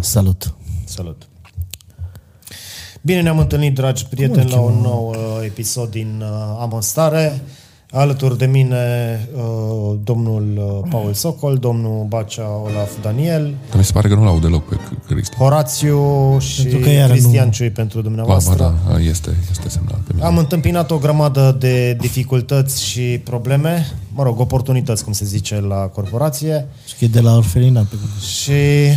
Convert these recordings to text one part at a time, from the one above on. Salut! Salut! Bine ne-am întâlnit, dragi prieteni, la un nou uh, episod din uh, Am în stare. Alături de mine uh, domnul uh, Paul Socol, domnul Bacea Olaf Daniel, Dar mi se pare că nu-l aud deloc pe C- Cristi. Horațiu și Pentru că iară Cristian nu- Ciui pentru Ba, dumneavoastră. ba, da, este, este semnal pe mine. Am întâmpinat o grămadă de dificultăți și probleme, mă rog, oportunități, cum se zice, la corporație Și Deci că e de la orfelina pe și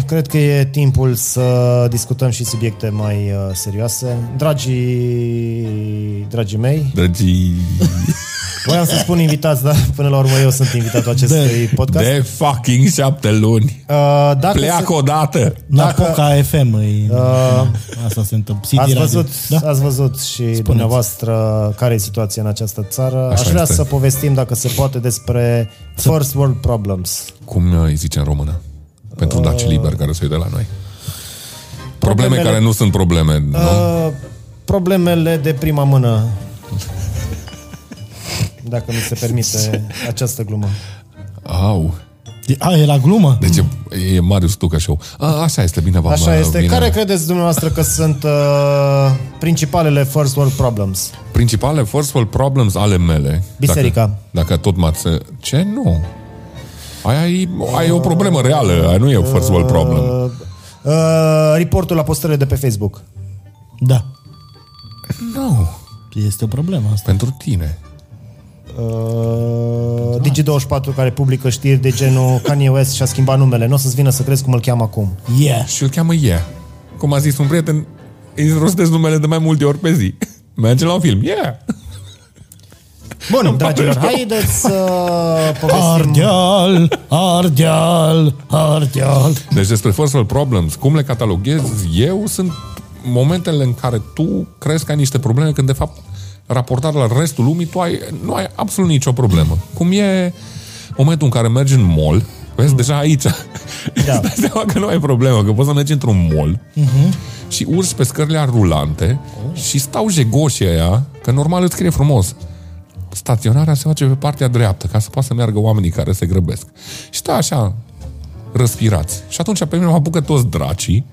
cred că e timpul să discutăm și subiecte mai uh, serioase. Dragii, dragii mei, Dragii... voiam să spun invitați, dar până la urmă eu sunt invitatul acestui podcast. De fucking șapte luni! Uh, Dacă Pleacă odată! Dacă... Napoca FM e, uh... asta se întâmplă. CD Ați Radio. văzut, da? Da? ați văzut și Spuneți. dumneavoastră care e situația în această țară. Așa Aș vrea este. să povestim, dacă se poate, despre first world problems. Cum uh, îi zice în română? Pentru daci liber care se uită la noi. Probleme Uh. Problemele- care nu sunt probleme, nu? Uh, problemele de prima mână. Dacă mi se permite această glumă. Au! E- A, e la glumă? Deci e, e Marius Tuca show. A, așa este, bine v-am... Mm. Așa uh, este. bine. Care credeți dumneavoastră că sunt uh, principalele first world problems? Principale forceful problems ale mele... Biserica. Dacă, dacă tot m-ați... Ce? Nu! Aia e, aia e o problemă reală, aia nu e first world problem. Uh, uh, reportul la postările de pe Facebook. Da. Nu, no, Este o problemă asta. pentru tine. Uh, Digi24 care publică știri de genul Kanye West și-a schimbat numele. Nu o să-ți vină să crezi cum îl cheamă acum. Yeah. Și îl cheamă Ie. Cum a zis un prieten, îi rostesc numele de mai multe ori pe zi. Mergem la un film. Yeah! Bun, dragilor, haideți să povestim... Ardeal, ardeal, ardeal. Deci despre first world problems, cum le cataloghez eu, sunt momentele în care tu crezi că ai niște probleme, când de fapt raportat la restul lumii, tu ai, nu ai absolut nicio problemă. Cum e momentul în care mergi în mall, vezi, deja aici, da. îți dai seama că nu ai problemă, că poți să mergi într-un mall uh-huh. și urci pe scările alea rulante oh. și stau jegoșii aia, că normal îți scrie frumos, staționarea se face pe partea dreaptă, ca să poată să meargă oamenii care se grăbesc. Și stai așa, răspirați. Și atunci pe mine mă apucă toți dracii.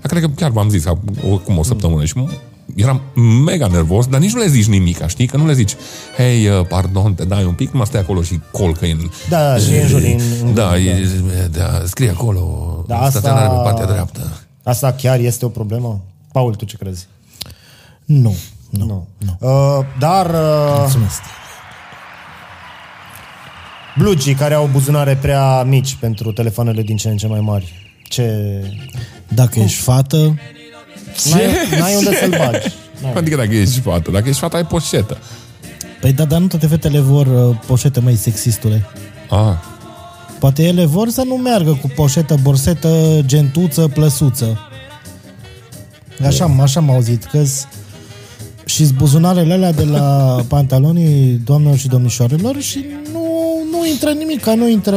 Dar cred că chiar v-am zis acum o săptămână și m- eram mega nervos, dar nici nu le zici nimic, știi? Că nu le zici, hei, uh, pardon, te dai un pic, mă stai acolo și colcă în... Da, și în jur, în- Da, e, da, scrie acolo, Da, da, asta- asta... staționare pe partea dreaptă. Asta chiar este o problemă? Paul, tu ce crezi? Nu. Nu. nu. Uh, dar uh, Mulțumesc. blugii care au buzunare prea mici pentru telefoanele din ce în ce mai mari, ce... Dacă ești fată, N-ai, n-ai unde să-l bagi. Adică dacă ești fată, dacă ești fată, ai poșetă. păi da, dar nu toate fetele vor uh, poșete, mai sexistule. Ah, Poate ele vor să nu meargă cu poșetă, borsetă, gentuță, plăsuță. Așa, am- așa am auzit, că și buzunarele alea de la pantalonii doamnelor și domnișoarelor și nu, nu intră nimic, ca nu intră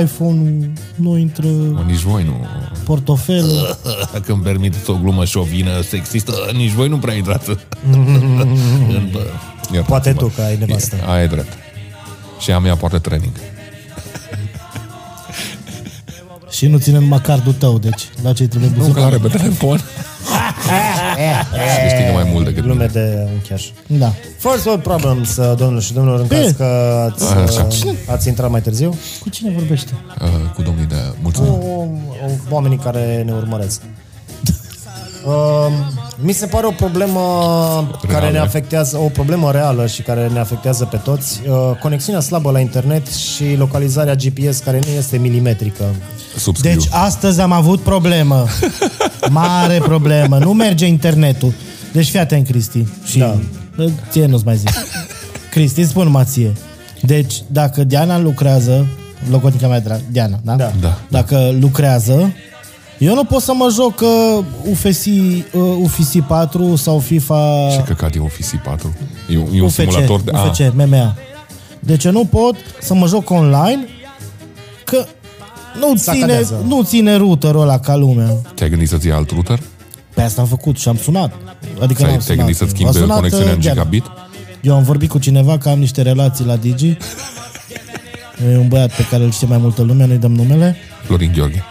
iPhone, nu intră mă, nici voi nu... portofel. Dacă îmi permiteți o glumă șovină sexistă, nici voi nu prea intrați. în, bă, iertați-mă. Poate tu, că ai nevastă. Aia e drept. Și am ea poate training. Și nu ținând numai cardul tău, deci la ce trebuie Nu buzunar. că are pe telefon. Și câștigă mai mult decât Glume mine. de unchiaș. Da. First world problems, uh, domnilor și domnilor, în caz Bine. că ați, Așa. uh, ați intrat mai târziu. Cu cine vorbește? Uh, cu domnii de mulțumim. o, o, oamenii care ne urmăresc. Uh, mi se pare o problemă reală. care ne afectează, o problemă reală și care ne afectează pe toți, uh, conexiunea slabă la internet și localizarea GPS care nu este milimetrică. Subscriu. Deci astăzi am avut problemă. Mare problemă. Nu merge internetul. Deci fii atent, Cristi. Și Da. da. ție nu-ți mai zic. Cristi, îți spun numai ție. Deci, dacă Diana lucrează, loconica mea dragă, Diana, da? Da. Da. Dacă lucrează, eu nu pot să mă joc uh, UFC, uh, UFC 4 sau FIFA... Ce căcat e Office 4? E un, e un UFC, simulator de... UFC, Ah, MMA. Deci eu nu pot să mă joc online că nu ține, Sacadează. nu ține routerul ăla ca lumea. te-ai gândit să-ți iei alt router? Pe asta am făcut și am sunat. Adică Ți-ai- n-am Te-ai sunat. gândit să-ți A schimbi sunat, conexiunea în uh, Diana. gigabit? Eu am vorbit cu cineva că am niște relații la Digi. E un băiat pe care îl știe mai multă lume, nu-i dăm numele. Florin Gheorghe.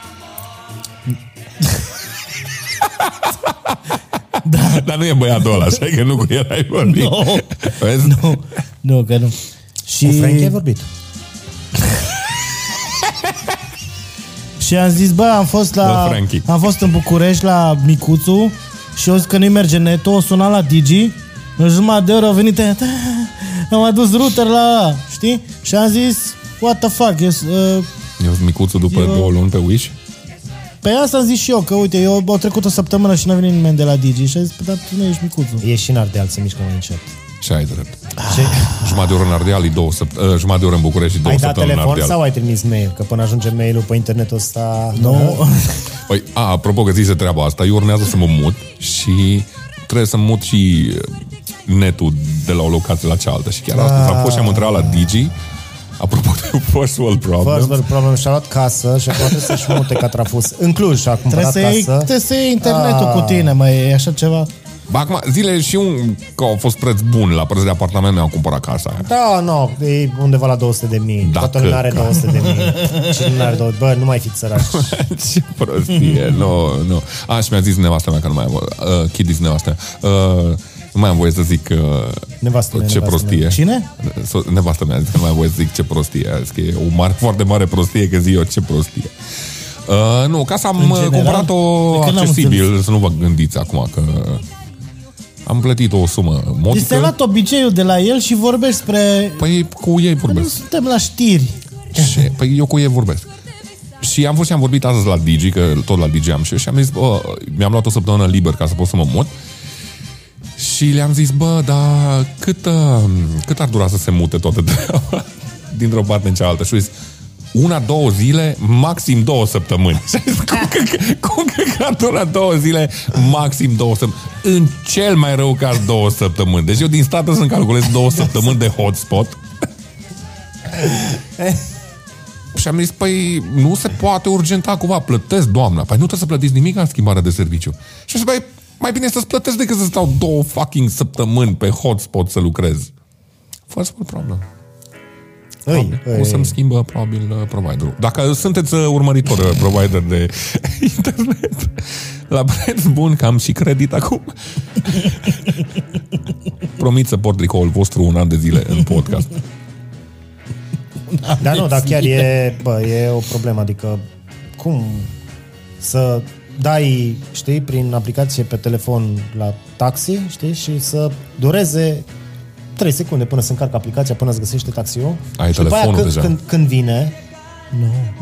Da. dar nu e băiatul ăla, așa că nu cu el ai vorbit. No. Vezi? Nu, nu, că nu. Și... Cu Frank ai vorbit. Și am zis, bă, am fost la... Bă, Frankie. am fost în București la Micuțu și eu zic că nu-i merge netul, o suna la Digi, în jumătate de oră au venit aia, "Da, am adus router la ăla", știi? Și am zis, what the fuck, yes, uh, Eu sunt micuțul după eu... două luni pe Wish. pe asta am zis și eu, că uite, eu au trecut o săptămână și n-a venit nimeni de la Digi și am zis, "Păi, dar tu nu ești Micuțu. E și în Ardeal, se mișcă mai încet. Și ai drept. Jumătate de oră în Ardeal, e două săpt- uh, jumătate de oră în București și două Ai dat săptămâni în telefon Ardeal. sau ai trimis mail? Că până ajunge mail-ul pe internetul ăsta... Nu, Păi, a, apropo că zise treaba asta, eu urmează să mă mut și trebuie să mut și uh, netul de la o locație la cealaltă. Și chiar asta s-a fost și am întrebat la Digi, apropo de First World First Problem. world problem și-a luat casă și poate să-și mute catrafus. În Cluj și-a trebuie cumpărat să, iei, casă. trebuie să iei internetul Ah. cu tine, mai e așa ceva. Ba, acum, zile și un, că au fost preț bun la preț de apartament, mi-au cumpărat casa aia. Da, nu, e undeva la 200 de mii. Dacă Toată lumea are ca. 200 de mii. Cine nu are 200 Bă, nu mai fiți săraci. Ce prostie, nu, nu. A, și mi-a zis nevasta mea că nu mai am voie. Uh, Kitty nevasta mea. Uh, nu mai am voie să zic uh, Nevastă mea, ce nevastă prostie. mea. Cine? So- Nevastă mea a zis că nu mai am voie să zic ce prostie. A zis că e o mare, foarte mare prostie că zic eu ce prostie. Uh, nu, casa am uh, general, cumpărat-o de când am accesibil, să nu vă gândiți acum că am plătit o sumă Deci ți-ai modică. luat obiceiul de la el și vorbești spre... Păi cu ei Nu vorbesc. suntem la știri. Și, păi eu cu ei vorbesc. Și am fost și am vorbit astăzi la Digi, că tot la Digi am și eu, și am zis, bă, mi-am luat o săptămână liber ca să pot să mă mut. Și le-am zis, bă, dar cât, uh, cât ar dura să se mute toată treaba dintr-o parte în cealaltă? Și au zis, una, două zile, maxim două săptămâni. Și am zis, cum că, cum că, că ar dura două zile, maxim două săptămâni? În cel mai rău caz două săptămâni. Deci eu din stată să-mi calculez două săptămâni de hotspot. Și am zis, păi nu se poate urgenta cumva, plătesc doamna. Păi nu trebuie să plătiți nimic în schimbarea de serviciu. Și am zis, păi mai bine să-ți plătesc decât să stau două fucking săptămâni pe hotspot să lucrez. Fără spun problemă. Îi, O îi. să-mi schimbă probabil uh, providerul. Dacă sunteți uh, urmăritor uh, provider de internet, la preț bun, că am și credit acum. Promit să port tricoul vostru un an de zile în podcast. Dar nu, dar chiar e, bă, e o problemă, adică cum să dai, știi, prin aplicație pe telefon la taxi, știi, și să dureze 3 secunde până se încarcă aplicația, până îți găsește taxiul. Ai și după telefonul când, deja. Când, când vine,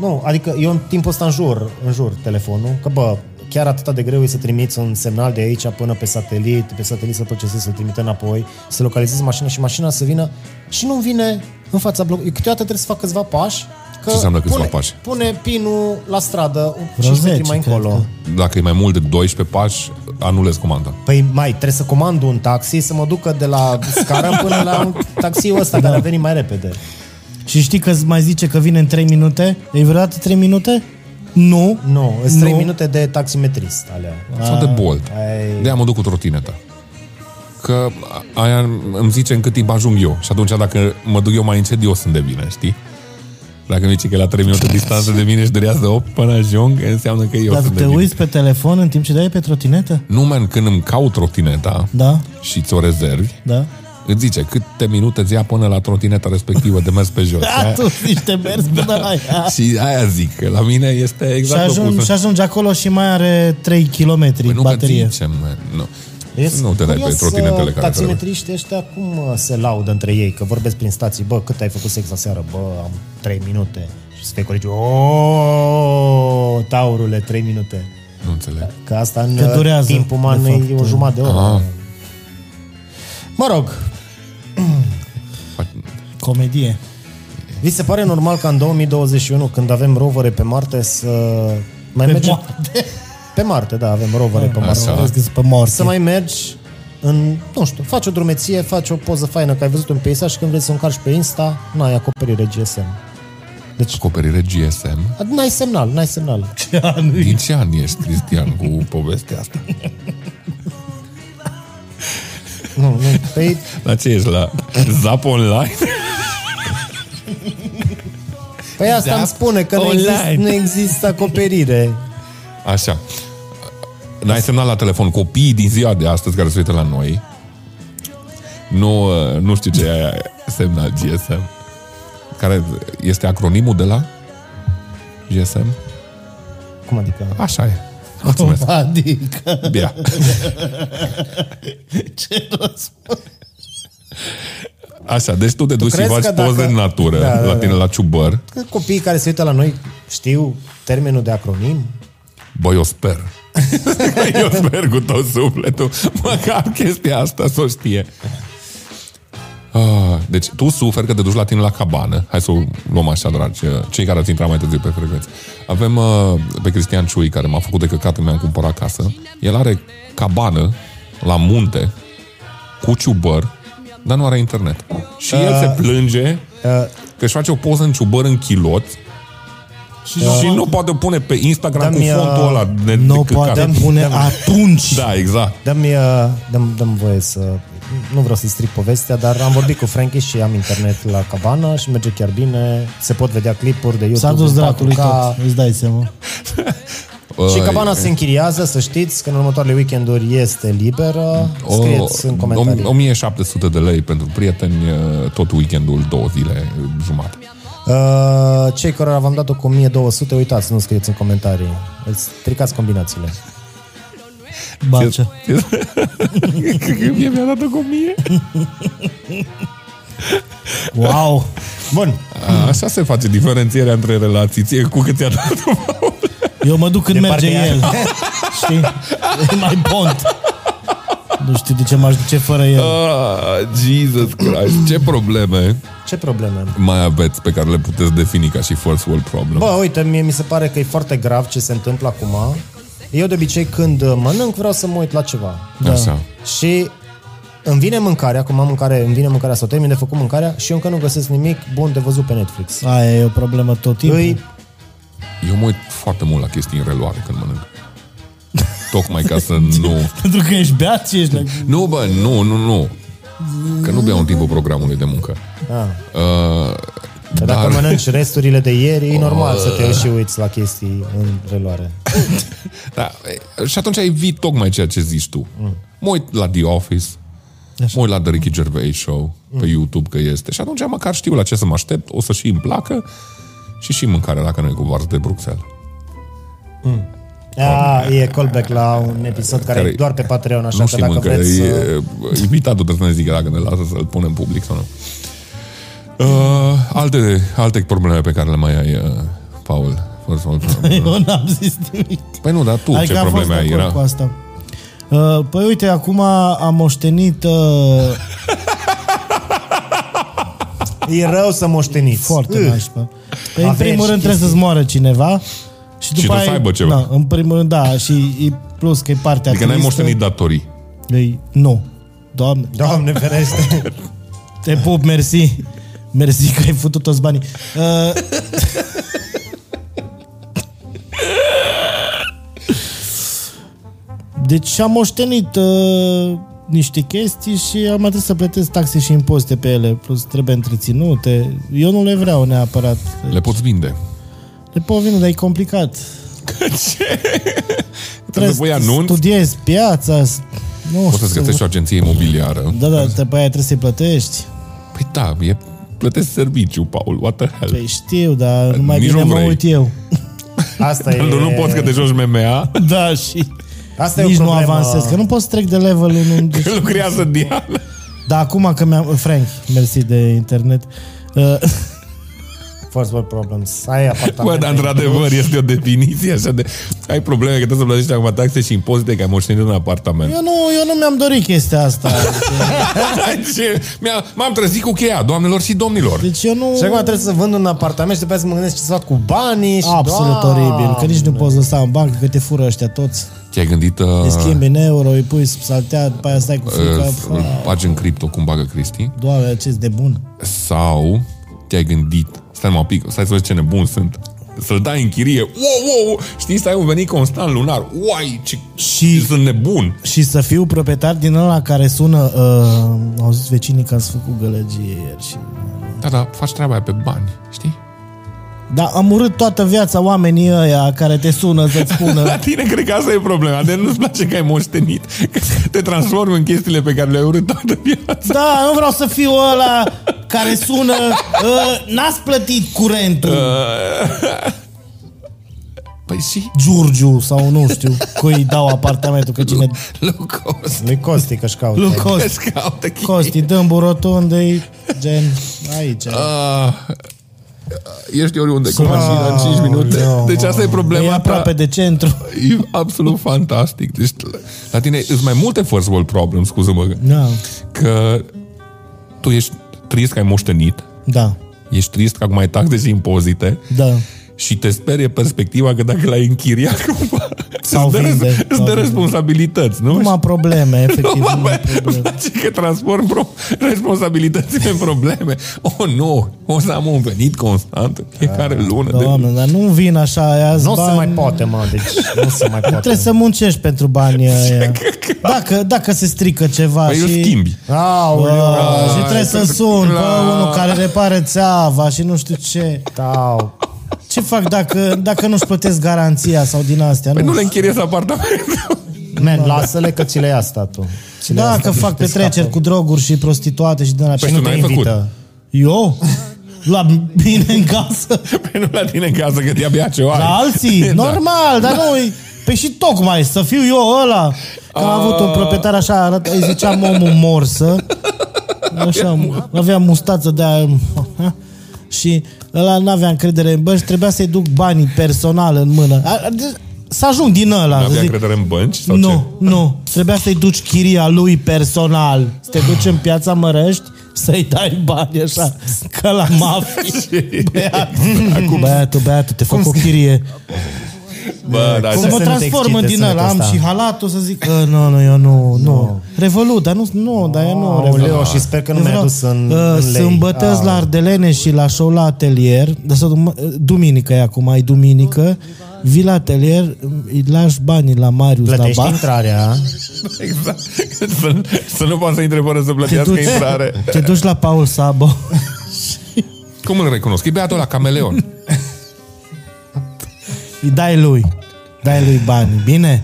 nu. nu, adică eu în timpul ăsta în jur, în jur telefonul, că bă, chiar atât de greu e să trimiți un semnal de aici până pe satelit, pe satelit să procesezi, să-l trimite înapoi, să localizezi mașina și mașina să vină și nu vine în fața blocului. Câteodată trebuie să fac câțiva pași. Că Ce înseamnă câțiva pune, pași? Pune pinul la stradă, Vreo 5 metri 10, mai cred încolo. că. Dacă e mai mult de 12 pași, anulez comanda. Păi mai, trebuie să comand un taxi să mă ducă de la scară până la un taxiul ăsta Da. care a venit mai repede. Și știi că îți mai zice că vine în 3 minute? E vreodată 3 minute? Nu. Nu, sunt 3 Nu. minute de taximetrist alea. Sau Ah, de bolt. ai- de mă duc cu trotineta. Că aia îmi zice în cât timp ajung eu. Și atunci dacă mă duc eu mai încet, eu sunt de bine, știi? Dacă mi zice că e la 3 minute distanță de mine și durează 8 până ajung, înseamnă că eu Dar sunt te de bine. uiți pe telefon în timp ce dai pe trotinetă? Nu, man, când îmi caut trotineta Da, și ți-o rezervi, da. îți zice câte minute îți ia până la trotineta respectivă de mers pe jos. Da, tu zici, te mergi Da. până la ea. și aia zic, că la mine este Și exact ajungi, opusul. și ajungi acolo și mai are 3 km Păi nu baterie. uh, că zicem, man, nu. Yes. Nu te dai pe trotinetele care trebuie. Taximetriștii ăștia cum uh, se laudă între ei? Că vorbesc prin stații. Bă, cât ai făcut sex aseară? Bă, am 3 minute. Și să fie colegii. O, taurule, 3 minute. Nu înțeleg. Că asta în Că uh, durează, timp uman de fapt, e o jumătate de oră. Da. Ah. Mă rog, Comedie. vi se pare normal ca în 2021, când avem rovere pe Marte, să mai Pe mergem... Marte. Pe Marte, da, avem rovere pe Marte. Așa. Mă Vezi că sunt pe morți. Să mai mergi în, nu știu, faci o drumeție, faci o poză faină că ai văzut un peisaj și când vrei să o încarci pe Insta, n-ai acoperire GSM. Deci, Acoperire GSM. n-ai semnal, n-ai semnal. Din ce an ești, Cristian, cu povestea asta? Nu, nu, Păi, pe La ce ești, la Zap Online? Păi asta îmi spune că nu Online. există, nu există acoperire. Așa. N-ai semnat la telefon copiii din ziua de astăzi care se uită la noi. Nu, uh, nu știu ce e semnal GSM. Care este acronimul de la GSM? Cum adică? Așa e. Mulțumesc. Adică, Bia. ce răspuns? Așa, deci tu te duci și crezi faci că poze dacă- în natură, Da, da, la tine la ciubăr. Că Copiii care se uită la noi știu termenul de acronim? Băi, eu sper. eu sper cu tot sufletul. Măcar chestia asta să o știe. Ah, Deci tu suferi că te duci la tine la cabană. Hai să o luăm așa, dragi, eh, cei care ați intrat mai târziu pe frecvență. Avem uh, pe Cristian Ciui, care m-a făcut de căcat, mi-am cumpărat casă. El are cabană la munte, cu ciubăr, dar nu are internet. Și Eh, el se plânge că își face o poză în ciubăr în chilot și, și nu poate pune pe Instagram cu Da-mi, uh, fontul ăla de, Eh, Nu o de căcat. poate pune atunci. Da, exact. Dăm, uh, dăm, dăm voie să... Nu vreau să stric povestea, dar am vorbit cu Frankie și am internet la cabana și merge chiar bine. Se pot vedea clipuri de YouTube. S-a dus în dracului 4K. tot, îți dai seama. Și Băi, cabana se închiriază, să știți, că în următoarele weekenduri este liberă. o- Scrieți în comentarii. o- 1700 de lei pentru prieteni uh, tot weekendul, două zile uh, jumate. Uh, cei care v-am dat-o cu 1200, uitați, nu scrieți în comentarii. Îți stricați combinațiile. Barcea. Că mie mi-a dat-o cu mie. Wow! Bun. A, Așa se face diferențierea între relații. Ție cu cât ți-a dat Eu mă duc când De merge parcă e- el. Știi? E mai bond. Nu știu de ce m-aș duce fără Uh. el. Ah, Jesus Christ, ce probleme Ce probleme? mai aveți pe care le puteți defini ca și first world problem? Bă, uite, mie mi se pare că e foarte grav ce se întâmplă acum. Eu de obicei când uh, mănânc vreau să mă uit la ceva. Da. Așa. Și îmi vine mâncarea, acum am mâncare, îmi vine mâncarea sau termin de făcut mâncarea și eu încă nu găsesc nimic bun de văzut pe Netflix. Păi, Aia e o problemă tot timpul. Îi, Eu mă uit foarte mult la chestii în reluare când mănânc. Tocmai ca să nu... Pentru că ești beat și ești... la- Nu, bă, nu, nu, nu. Că nu beau în timpul programului de muncă. a, Uh, că Ah. dacă dar, mănânci resturile de ieri, e normal să te uiți și uiți la chestii în reloare. da, e, și atunci evit tocmai ceea ce zici tu. Mm. Mă uit la The Office, mă uit la The Ricky Gervais Show, pe Mm. YouTube că este. Și atunci măcar știu la ce să mă aștept, o să și îmi placă și și mâncarea dacă nu e cu varză de Bruxelles. A, e callback la un episod care e Care- doar pe Patreon, așa nu că știm dacă încă, vreți e, să... invitatul trebuie să ne zică dacă ne lasă să-l punem public sau nu. Uh, alte, alte probleme pe care le mai ai, uh, Paul, first world problem. Eu n-am zis nimic. Păi nu, dar tu Mm. ce Adică am probleme ai? de acord Era? cu asta. Uh, Păi uite, acum am moștenit uh, E rău să moșteniți. Foarte Ugh. nașpa. Păi în Avea primul și rând trebuie chestii. să-ți moară cineva și după tu aia, să aibă ceva. Da, în primul rând, da, și e plus că e partea Adică n-ai tristă. moștenit datorii. Ei, nu. Doamne, Doamne ferește! te pup, mersi. Mersi că ai făcut toți banii. Uh, Deci am moștenit uh, niște chestii și am mai trebuit să plătesc taxe și impozite pe ele, plus trebuie întreținute. Eu nu le vreau neapărat. Le poți vinde. Le pot vine, dar e complicat. Trebuie să pui anunț, studiezi piața, s- nu poți să-ți găsești o agenție imobiliară. Da, da, după aia trebuie să-i plătești. Păi da, e plătești serviciu, Paul, what the hell? Păi știu, dar nu mai Nici bine nu mă vrei. uit eu. Asta Păi e... Nu, nu poți că te joci MMA, Da, și Asta e nici o nu problemă. avansez, că nu pot să trec de level în... Deci, că lucrează Diana. dar acum că mi-am... Frank, mersi de internet. Uh, First world problems. Ai Bă, dar apartament. într-adevăr este o definiție așa de... Ai probleme că trebuie să plătești acum taxe și impozite că ai moștenit un apartament. eu, nu, eu nu mi-am dorit chestia asta. Ce? Mi-a- M-am trezit cu cheia, doamnelor și domnilor. Deci eu nu... Și acum trebuie să vând un apartament și după aceea să mă gândesc ce să fac cu banii și Absolut Doamne. oribil, că nici nu poți lăsa în bancă, că te fură ăștia toți. Te-ai gândit... Uh, Te schimbi în euro, îi pui sub saltea, după aia stai cu frica. uh, îl bagi în cripto cum bagă Cristi? Doamne, acest de bun. Sau te-ai gândit, stai mă un pic, stai să vezi ce nebun sunt, să-l dai în chirie, wow, wow, știi, stai un venit constant lunar, uai, ce, și sunt nebun. Și să fiu proprietar din ăla care sună uh, Au zis vecinii că ați făcut gălăgie ieri și... Da, da, faci treaba aia pe bani, știi? Dar am urât toată viața oamenii ăia care te sună să-ți La spună. tine cred că asta e problema, de nu-ți place că ai moștenit, că te transformi în chestiile pe care le-ai urât toată viața. Da, nu vreau să fiu ăla care sună, uh, n-ați plătit curentul, Ă. Păi și Giurgiu sau nu știu, cui dau apartamentul, că cine... Lucos. Lui Costi că-și caută. Lui Costi, Vezi că au tăchii. Costi dâmbul rotundei, gen, aici. Ah, Ești oriunde cu mașina în 5 minute. Aoleu, Deci asta e E problema ta. aproape de centru. E absolut fantastic. Deci, la tine sunt mai multe first world problems, scuză-mă, Da, că tu ești trist că ai moștenit, da, ești trist că acum ai taxe și impozite da. și te sperie perspectiva că dacă l-ai închiriat cumva, Sau îți dă, vinde, îți sau dă vinde. responsabilități, nu? Nu am probleme, efectiv. Nu, Nu mă, am îmi probleme. place că transform pro- responsabilitățile în probleme. Oh, nu! O să am un venit constant în fiecare lună. de... Ah, Doamne, dar nu vin așa, ia Nu se bani. mai poate, mă, deci nu se mai poate. Trebuie să muncești pentru banii ăia. Dacă, dacă se strică ceva Păi da, și... eu schimbi. Aoleu, Bă, și trebuie să pentru- sun pe la- unul care repară țeava și nu știu ce. tau. Ce fac dacă, dacă nu-și plătesc garanția sau din astea? Păi nu Da. nu le închiriez apartamentul. Man, lasă-le că ți le ia statul. Ți le ia da, că statul fac și te petreceri scapă. cu droguri și prostituate și din alea. Păi Și tu nu te n-ai făcut. invită. Eu? La bine în casă? Păi nu la tine în casă, că te abia ce o ai. La alții? Da. Normal, dar nu Pe și tocmai, să fiu eu ăla. Că am avut un proprietar așa, arăt, îi ziceam omul morsă. Așa, avea mustață de aia. Și ăla n-avea încredere în bănci, trebuia să-i duc banii personal în mână. A- a- de- Să ajung din ăla. să Avea zic, încredere în bănci? Sau Nu, nu. Trebuia să-i duci chiria lui personal. Să te duci în piața Mărești să-i dai bani așa, ca la mafie. ce? Acum... Băiatul, băiatul, te fac o chirie. Bă, da, Să ce- mă să nu te transform în excite din ăla, sunetul am ăsta. și halatul să zic că nu, nu, eu nu, nu. Revolut, dar nu, nu, dar eu nu. Revolut. Aoleu, și sper că nu mi-a Vreau, dus în, uh, în lei. Ah. Sâmbătăți la Ardelene și la show la atelier, dar sau dum- uh, duminică e acum, e duminică, vii la atelier, îi lași banii la Marius Plătești la bar. intrarea. Exact. Să, să nu poată să intre fără să Te plătească duci, intrare. te duci la Paul Sabo. Cum îl recunosc? E beatul la cameleon. Îi dai lui. Dai lui bani, bine?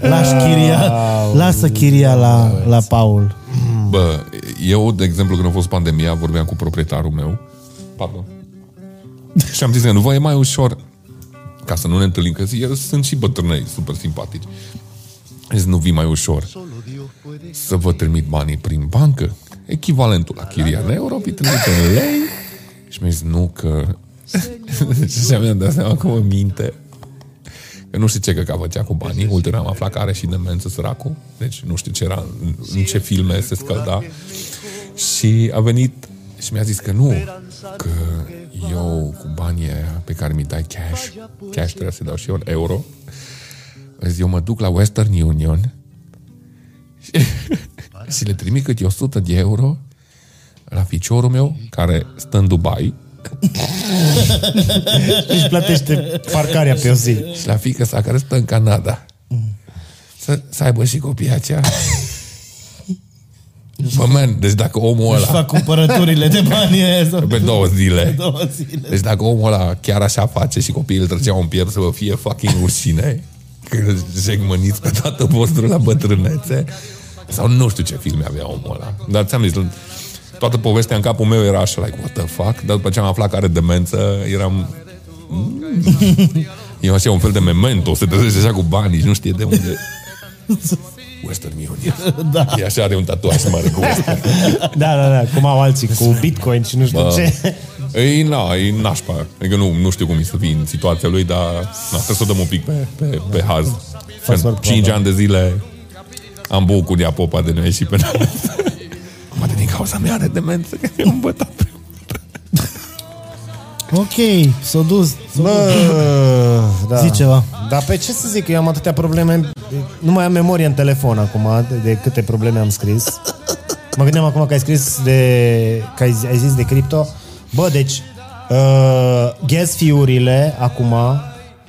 Lași chiria, lasă chiria la, la Paul. Bă, eu, de exemplu, când a fost pandemia, vorbeam cu proprietarul meu. Pardon. Și am zis că nu vă e mai ușor ca să nu ne întâlnim, că eu sunt și bătrânei super simpatici. Am Zis, nu vii mai ușor să vă trimit banii prin bancă, echivalentul la chiria în euro, vi trimit în lei. Și mi-a zis, nu, că... și mi-am dat seama că mă minte. Că nu știu ce căca făcea cu banii. Ulterior am aflat că are și demență săracul. Deci nu știu ce era, în, în ce filme se scălda. Și a venit și mi-a zis că nu, că eu cu banii aia pe care mi dai cash, cash trebuie să dau și eu în euro, îți eu mă duc la Western Union și, și le trimit câte 100 de euro la ficiorul meu, care stă în Dubai, Își plătește parcarea pe o zi. și la fică sa care stă în Canada. Să, să aibă și copiii aceia. Bă, man, deci dacă omul Își ăla fac cumpărăturile de bani aia sau pe două zile două zile. Deci dacă omul ăla chiar așa face și copiii îl trăgeau în piept să vă fie fucking rușine, că îl jegmăniți pe toată vostru la bătrânețe, sau nu știu ce filme avea omul ăla. Dar ți-am zis, toată povestea în capul meu era așa, like, what the fuck? Dar după ce am aflat că are demență, eram... Mm. E așa un fel de memento, se trezește așa cu banii și nu știe de unde... Western Union. Da. E așa, are un tatuaj mare cu Western Da, da, da, cum au alții cu Bitcoin și nu știu ce. ei, na, e nașpa. Adică nu, nu știu cum e să fii în situația lui, dar na, trebuie să o dăm un pic pe, pe, pe haz. În work 5 ani de zile am băut cu Nea Popa de noi și pe noi. Poate din cauza mea are demență, că e un bătat. Ok, s-o dus. s-o dus. Bă, da. Zi ceva. Dar pe ce să zic, eu am atâtea probleme, nu mai am memorie în telefon acum, de, de câte probleme am scris. Mă gândeam acum că ai scris de, că ai, ai zis de cripto. Bă, deci, uh, gas fiurile acum,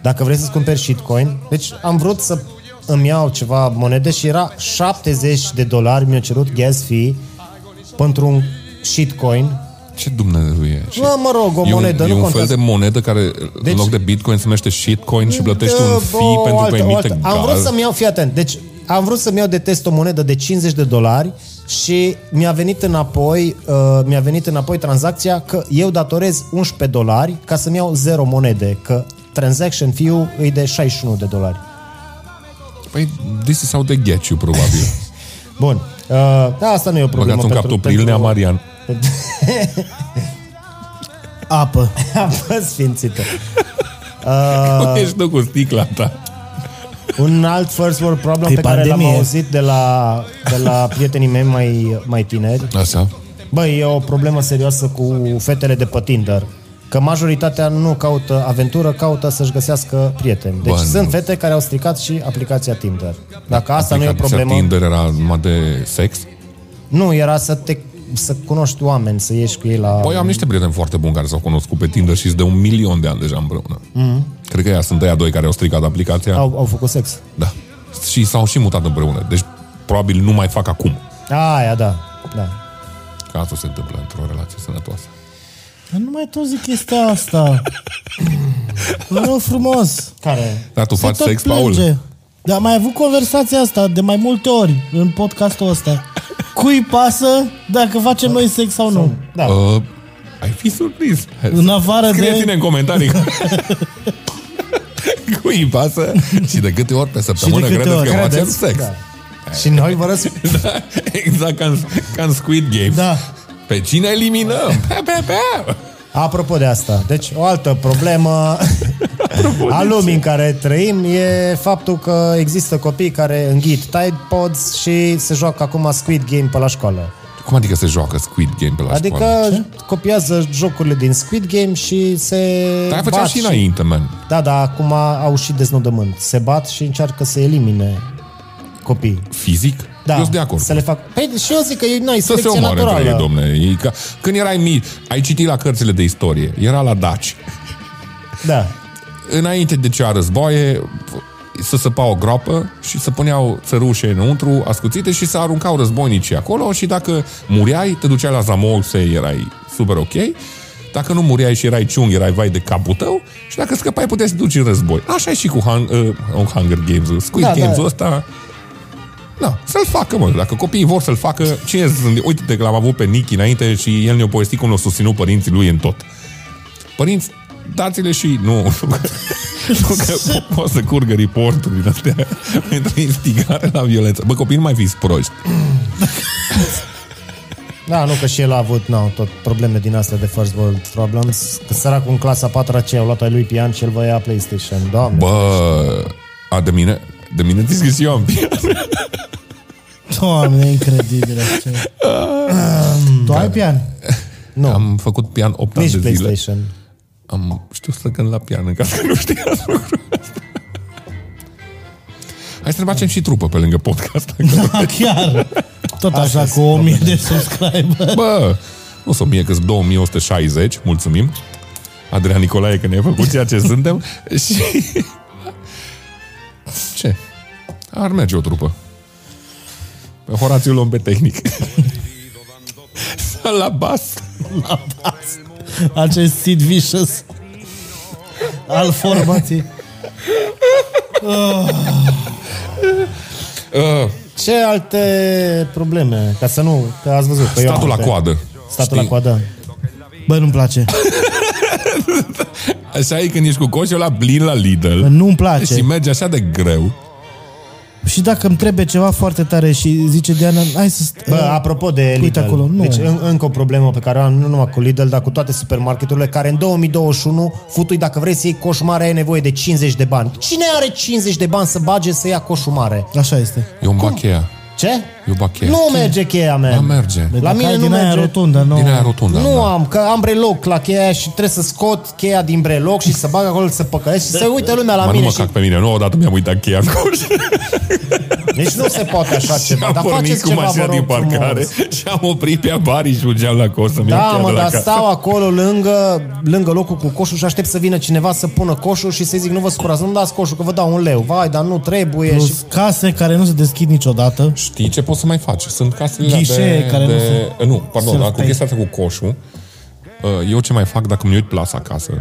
dacă vrei să-ți cumperi shitcoin, deci am vrut să îmi iau ceva monede și era 70 de dolari, mi-a cerut gas fee pentru un shitcoin Ce Dumnezeu e? Și Mă, mă rog, o e un, monedă, e nu un fel contează. de monedă care, deci, Deci- în loc de bitcoin, se numește shitcoin și plătești Dă, un bă, fee o pentru că altă, o emite altă. Am vrut gaz. să-mi iau, fii atent, deci am vrut să-mi iau de test o monedă de 50 de dolari și mi-a venit înapoi, uh, mi-a venit înapoi tranzacția că eu datorez 11 dolari ca să-mi iau 0 monede, că transaction fee-ul e de 61 de dolari. Păi, this is how they get you, probabil. Bun, uh, da, asta nu e o problemă. Băgați un pentru- captopril, nea pentru- Marian. Apă. Apă sfințită. Ah. Ești tu cu sticla ta. Un alt first world problem E pe care l-am pandemie. auzit de la, de la prietenii mei mai, mai tineri Așa. Băi, e o problemă serioasă cu fetele de pe Tinder. Că majoritatea nu caută aventură, caută să-și găsească prieteni. Deci Bă, nu. sunt fete care au stricat și aplicația Tinder. Dacă asta nu e o Aplicația problemă... Tinder era numai de sex. Nu, era să te să cunoști oameni, să ieși cu ei la... Păi eu am niște prieteni foarte buni care s-au cunoscut pe Tinder și sunt de un milion de ani deja împreună. Mm-hmm. Cred că ea sunt aia doi care au stricat aplicația. Au, au făcut sex. Da. Și s-au și mutat împreună. Deci probabil nu mai fac acum. Aia, da. da. Că asta se întâmplă într-o relație sănătoasă. Dar Nu mai tot zic chestia asta. Vă rog frumos. Care? Dar tu Se faci tot sex, plânge. Paul? Dar am mai avut conversația asta de mai multe ori în podcastul ăsta. Cui pasă dacă facem noi sex sau nu? Da. Uh, ai fi surprins. În afară de- Scrie în comentarii. Cui îi pasă și de câte ori pe săptămână câte credeți ori, că facem Credeți? sex. Da. Și noi vă răspundem. Da, exact ca în, ca în Squid Game. Da. Pe cine eliminăm? Pe, pe, pe. Apropo de asta, deci o altă problemă a lumii în care trăim e faptul că există copii care înghit Tide Pods și se joacă acum Squid Game pe la școală. Cum adică se joacă Squid Game pe la Adică școală? copiază jocurile din Squid Game și se Dar aia făceam bat și înainte, man. Da, da, acum au și deznodământ. Se bat și încearcă să elimine copii. Fizic? Da, Eu sunt de acord. Să le fac... Păi și eu zic că e noi, Să se selecție omoare între ei, naturală. domne. Ei, ca... Când erai mic, ai citit la cărțile de istorie. Era la Daci. Da. Înainte de cea războaie, să săpa o groapă și să puneau țărușe înăuntru, ascuțite și să aruncau războinicii acolo și dacă mureai, te duceai la zamol să erai super ok. Dacă nu mureai și erai ciung, erai vai de capul tău și dacă scăpai, puteai să te duci în război. Așa e și cu hung, uh, un Hunger Games, Squid Da, da, da. Games-ul ăsta. Da, să-l facă, mă. Dacă copiii vor să-l facă, cine sunt? Uite că l-am avut pe Nichi înainte și el ne-a povestit cum l-au susținut părinții lui în tot. Părinți, dați-le și... Nu, nu că, nu că po- pot să curgă reporturi din astea pentru instigare la violență. Bă, copiii nu mai fiți proști. Da, nu că și el a avut na, tot probleme din astea de first world problems. Că săracul în clasa 4 ce au luat ai lui pian și el vă ia PlayStation. Doamne. Bă. Bă, a, de mine... De mine zici că și eu am pian. Doamne, incredibil. așa. Tu ai pian? Nu, Am Am făcut pian 8 ani nici de zile. PlayStation. Am știu să cânt la pian în caz că nu știați lucrul ăsta. Hai să ne facem și trupă pe lângă podcast. Da, chiar. Tot așa cu 1000 de subscriber. Bă, nu sunt mie că 2160, mulțumim. Adrian Nicolae că ne-ai făcut ceea ce suntem și... Ce? Ar merge o trupă. Pe Horațiu luăm pe tehnic. Sau la bas. Acest Sid Vicious al formației. Uh, Ce alte probleme? Ca să nu, că ați văzut. Că eu statul am la pe- coadă. Statul Știi? la coadă. Bă, nu-mi place. Așa e când ești cu coșul la blin la Lidl. Nu-mi Și place. merge așa de greu. Și dacă îmi trebuie ceva foarte tare și zice Diana, hai să... st- ă, Bă, apropo de Uite Lidl, acolo, nu. deci în, încă o problemă pe care o am nu numai cu Lidl, dar cu toate supermarketurile, care în 2021, futui, dacă vrei să iei coș mare, ai nevoie de 50 de bani. Cine are 50 de bani să bage să ia coșul mare? Așa este. Eu îmi bag cheia. Ce? Eu bag cheia. Nu merge cheia mea. Da, merge. La mine Hai nu din aia merge. rotundă, nu. Din aia rotundă. nu da. am, că am breloc la cheia aia și trebuie să scot cheia din breloc și să bag acolo, să păcălesc și să Da. uite lumea la Mă, nu mine. mă Și... cac pe mine. Nu, odată mi-am uitat cheia în coș. Deci nu se poate așa ceva. Am Dar pornit faceți cu ceva, vă mașina rog, din parcare frumos. și am oprit pe avarii și fugeam la coș să-mi iau Da, cheia mă, de la dar casă. stau acolo lângă, lângă locul cu coșul și aștept să vină cineva să pună coșul și să zic nu vă supărați, nu-mi dați coșul, că vă dau un leu. Vai, dar nu trebuie. Și... Plus case care nu se deschid niciodată. Știi ce poți să mai faci? Sunt casele Ghișee de, care nu de... Nu, pardon, self-pay. dar cu chestia asta cu coșul uh, eu ce mai fac dacă mi uit plas acasă?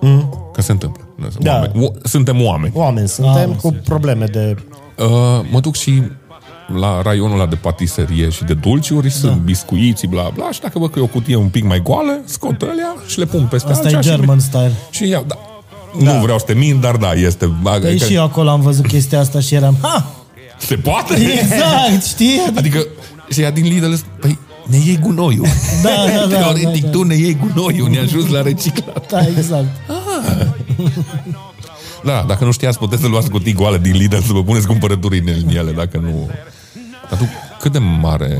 Mm. Că se întâmplă. Nu, sunt Da. Oameni. O, suntem oameni. Oameni suntem Ah, cu probleme de... Uh, mă duc și la raionul ăla de patiserie și de dulciuri, da. sunt biscuiți, bla, bla, și dacă văd că e o cutie un pic mai goală, scot alea și le pun peste Asta alea e și- German style. Și iau, da. da. Nu vreau să te mint, dar da, este... Păi Adică, și eu acolo am văzut chestia asta și eram, ha, Se poate? exact, știi? Adică, adică, și ea din Lidl, păi, ne iei gunoiul. Da, da, da, Teoretic, da, da. tu ne iei gunoiul, ne ajuns la reciclat. da, exact. Da, dacă nu știați, puteți să luați cutii goale din Lidl să vă puneți cumpărături în ele, dacă nu... Dar tu, cât de mare,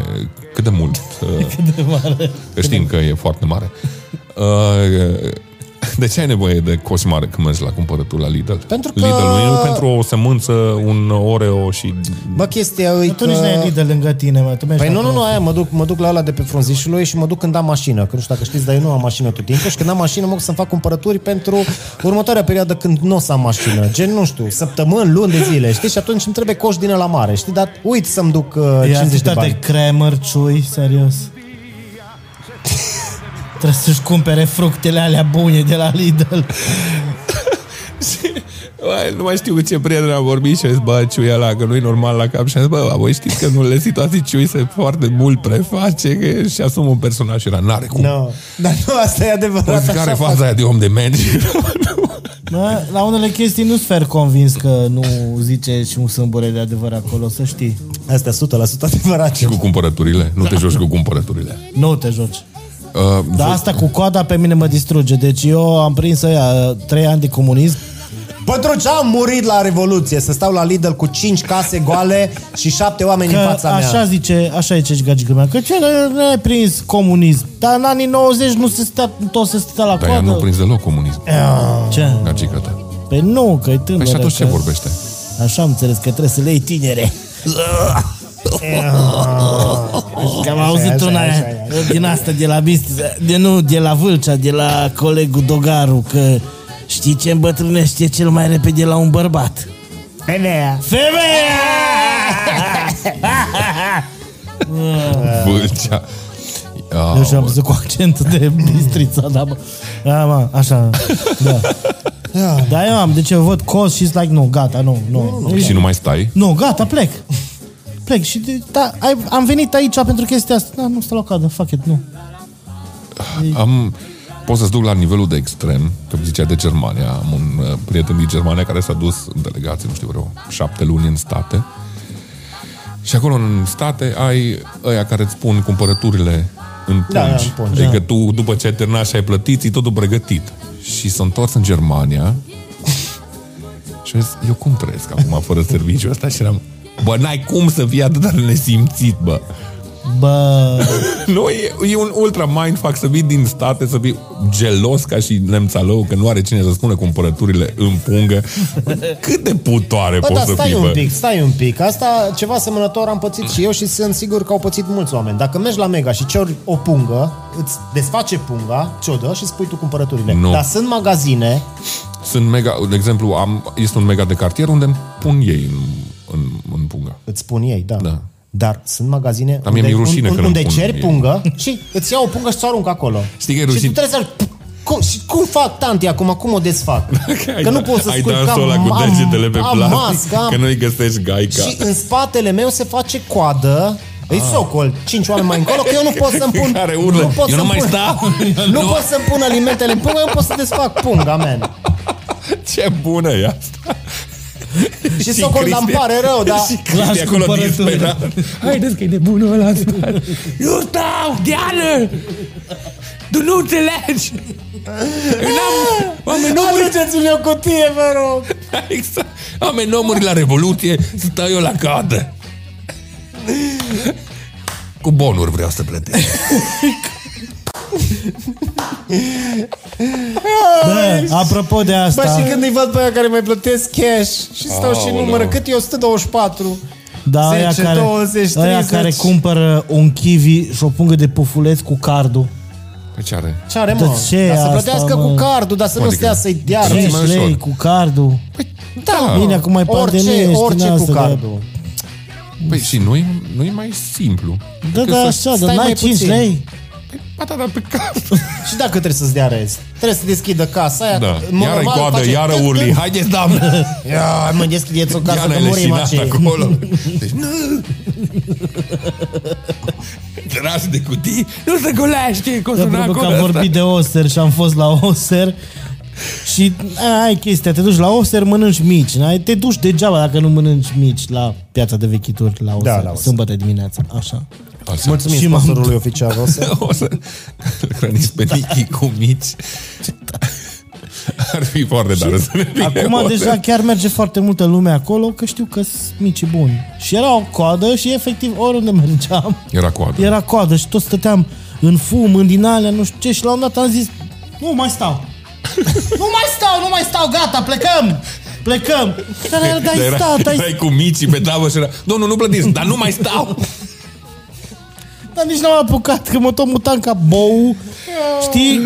cât de mult... Cât de mare. Că știm că e foarte mare. Uh, De ce ai nevoie de coș mare când mergi la cumpărături la Lidl? Pentru că- Lidl nu e pentru o sămânță, un Oreo și... Bă, chestia e Tu nici că- nu ai de lângă tine, mă. Tu mergi Păi nu, nu, nu, acolo. aia mă duc, mă duc la ăla de pe frunzișului și mă duc când am mașină. Că nu știu dacă știți, dar eu nu am mașină tot timpul și când am mașină mă duc să-mi fac cumpărături pentru următoarea perioadă când nu o să am mașină. Gen, nu știu, săptămâni, luni de zile, știi? Și atunci îmi trebuie coș din la mare, știi? Dar uit să-mi duc uh, E 50 de atâta de bani. cremăr, ciui, serios. Trebuie să-și cumpere fructele alea bune de la Lidl. Bă, nu mai știu cu ce prieten am vorbit și a zis, bă, ciuia la, că nu-i normal la cap. Și am zis, bă, voi știți că în unele situații ciui se foarte mult preface că și asumă un personaj și era, n-are cum. No. Dar nu, asta e Bă, adevărat. zic, așa care e fac. faza aia de om de manager? Da? La unele chestii nu-s fer convins că nu zice și un sâmbure de adevăr acolo, să știi. Astea 100% adevărat. cu cumpărăturile. Nu te joci cu cumpărăturile. Nu te joci. Uh, Dar asta cu coada pe mine mă distruge. Deci eu am prins ăia trei ani de comunism. Pătruci, am murit la Revoluție, să stau la Lidl cu 5 case goale și 7 oameni Că în fața mea. așa zice, așa zice gagică mea, că ce nu ai prins comunism. Dar în anii 90 nu se stă, tot se stă la Dar ea coadă. Păi nu prins deloc comunism. Ce? Gagica ta. Păi nu, că e tânără. Păi și atunci ce că- vorbește? Așa am înțeles, că trebuie să le iei tinere. Că am auzit așa, una așa, din asta, de la Bistrița, de nu, de la Vâlcea, de la colegul Dogaru, că știi ce îmbătrânește cel mai repede la un bărbat? Femeia. Femeia! Vâlcea. Eu Uh, și-am văzut cu accent de bistrița, da, mă. Da, mă, așa, da. Da, eu am, deci eu văd cost și like, nu, gata, nu, nu. Nu, Uh, și nu mai stai? nu gata, plec. Plec și de, da, ai, am venit aici pentru chestia asta. Da, nu stau la cadă, fuck it, nu. Am, pot să-ți duc la nivelul de extrem, că zicea de Germania. Am un uh, prieten din Germania care s-a dus în delegație, nu știu, vreo șapte luni în state. Și acolo în state ai ăia care îți pun cumpărăturile în pungi. Da, da, în pungi. Adică tu, după ce ai terminat și ai plătit, ți totul pregătit. Și s-a întors în Germania și a zis, eu cum trăiesc acum fără serviciul ăsta? Și eram, bă, n-ai cum să fii atât de nesimțit, bă. Bă, Nu, e, e un ultra mindfuck să vii din state, să fii gelos ca și nemțalău, că nu are cine să spună cumpărăturile în pungă. Cât de putoare Bă, poți dar să stai fii, un bă? pic, stai un pic. Asta ceva asemănător am pățit și eu și sunt sigur că au pățit mulți oameni. Dacă mergi la Mega și ceri o pungă, îți desface punga, ți-o dă și spui tu cumpărăturile. Nu. Dar sunt magazine, Sunt mega, de exemplu, am, este un mega de cartier unde îmi pun ei în, în, în punga. îți spun ei, da. Da. Dar sunt magazine Dar mie unde, mi-e rușine un, că un, nu unde pun ceri ei. pungă și îți iau o pungă și ți-o arunc acolo. Știi că e Și rușine. tu trebuie să... Cum, și cum fac tanti acum? Cum o desfac? ai că nu da- pot să Ai scui că dansul ăla am, cu degetele am, pe am plastic, mască, am că nu-i găsești gaica. Și în spatele meu se face coadă îi socol, cinci oameni mai încolo, că eu nu pot să-mi pun... Ah. Care urlă, nu pot "Eu nu să-mi mai pun, stau." nu, pot să-mi pun alimentele în pungă, eu pot să desfac punga, man. Ce bună e asta! Și socol, dar îmi Cristian- pare rău, dar... Și Cristian acolo cumpărături. disperat. Haideți că e de bunul ăla. în spate. Nu stau, Diana! Tu nu înțelegi! Eu N-am, oameni, nu muri Aduceți-mi o cutie, vă rog! Exact. Oameni, nu muri la Revoluție, stau eu la cadă. Cu bonuri vreau să plătesc. bă, apropo de Bă, asta, și când îi văd pe aia care mai plătesc cash și stau și Da. Aoleu. numără, cât e 124? da, aia 10, care, 20, aia 30. care cumpără un kiwi și o pungă de pufuleț cu cardul. Pe ce are? Ce are, mă? De ce dar să asta, plătească mă? cu cardul, dar să nu Adică- stea să-i dea. Să nu cash. mai 5 lei ușor. cu cardul. Da. Păi, Bine, acum e Orice, pandemie, știi, orice din cu asta, dar- cardul. Păi și nu-i, nu-i mai simplu. Da, Adică da, să- așa, dar stai n-ai mai 5 puțin. lei. patata pe cap. Și dacă trebuie să-ți dea rez? Trebuie să deschidă casa aia. Da. în mod Iară normal coadă, face- iară urli. Haideți, doamnă! Ia, mă, deschideți o casă, că Iarele și murim nata aici. acolo. Deci, nu! Tras de cutii, nu se gulește, că o Că suna pentru că acolo am ăsta. vorbit de Oster și am fost la Oster și a, ai chestia, te duci la Oster, mănânci mici, n-ai? te duci degeaba dacă nu mănânci mici la piața de vechituri la Oster, la da, Oster. sâmbătă dimineața, așa. Așa. Mulțumim Și m-am- sponsorului oficial, o să... O să îl hrăniți pe Nichi cu mici. Ar fi foarte tare să ne vină Acum o deja să- chiar merge foarte multă lume acolo, că știu că sunt mici buni. Și era o coadă și efectiv oriunde mergeam, Era coadă. era coadă și tot stăteam în fum, în din alea, nu știu ce, și la un dat am zis, nu mai stau. nu mai stau, nu mai stau, gata, plecăm! Plecăm! Dar Dar ai era- stat, ai erai cu micii pe tavă și era, domnul, nu plătiți, dar nu mai stau. Dar nici n-am apucat, că mă tot mutam ca bou. Știi?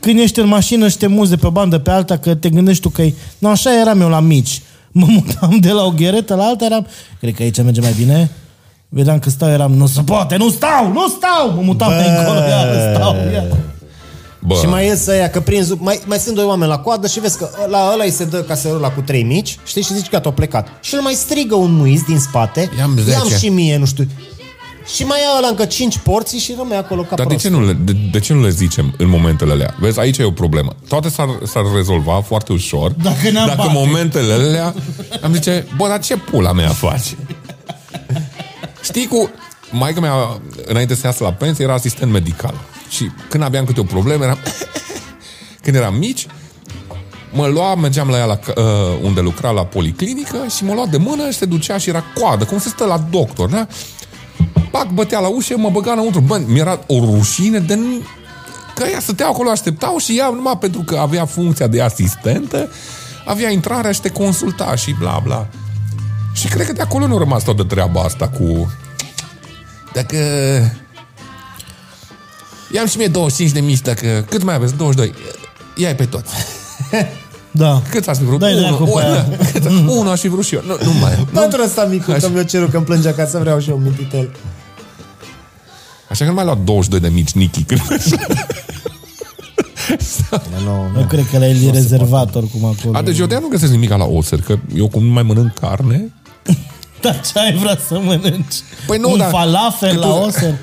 Când ești în mașină și te muzi de pe o bandă pe alta, că te gândești tu că Nu, așa eram eu la mici. Mă mutam de la o gheretă la alta, eram... Cred că aici merge mai bine. Vedeam că stau, eram, nu se poate, nu stau, nu stau! Mă mutam pe încolo, iar stau, iar. Bă, Și mai ies aia că prinzi, mai, mai sunt doi oameni la coadă și vezi că la ăla îi se dă caserola cu trei mici, știi, și zici gata, au plecat. Și îl mai strigă un muiz din spate, Ia-mi zece. am și mie, nu știu. Și mai ia ăla încă cinci porții și rămâi acolo ca Dar de prost. ce, nu le, de, de ce nu le zicem în momentele alea? Vezi, aici e o problemă. Toate s-ar, s-ar rezolva foarte ușor Da. Dacă ne-am dacă în bate. momentele alea am zice, bă, dar ce pula mea faci? Știi cu... Maica mea, înainte să iasă la pensie, era asistent medical. Și când aveam câte o problemă, eram... când eram mici, mă lua, mergeam la ea la, uh, unde lucra la policlinică și mă lua de mână și se ducea și era coadă, cum se stă la doctor, da? Pac, bătea la ușă, mă băga înăuntru. Bă, mi-era o rușine de... n- Că ea stăteau acolo, așteptau și ea, numai pentru că avea funcția de asistentă, avea intrarea și te consulta și bla, bla. Și cred că de acolo nu a rămas toată treaba asta cu... Dacă... I-am și mie 25 de mici, dacă... Cât mai aveți? 22. Ia-i pe toți. Da. Cât ați vrut? Dai dracu pe aia. Unul aș fi vrut și eu. Nu, nu mai am. Nu. Pentru ăsta micu, că mi-o ceru că-mi plângea ca să vreau și eu un mititel. Așa că nu mai lua 22 de mici, Nichi. Când... Nu, Eu cred că la el e rezervat oricum acolo. A, deci eu de nu găsesc nimic la oțăr, că eu cum nu mai mănânc carne, Dar ce ai vrea să mănânci? Păi nu, Un dar- falafel că tu- la oser?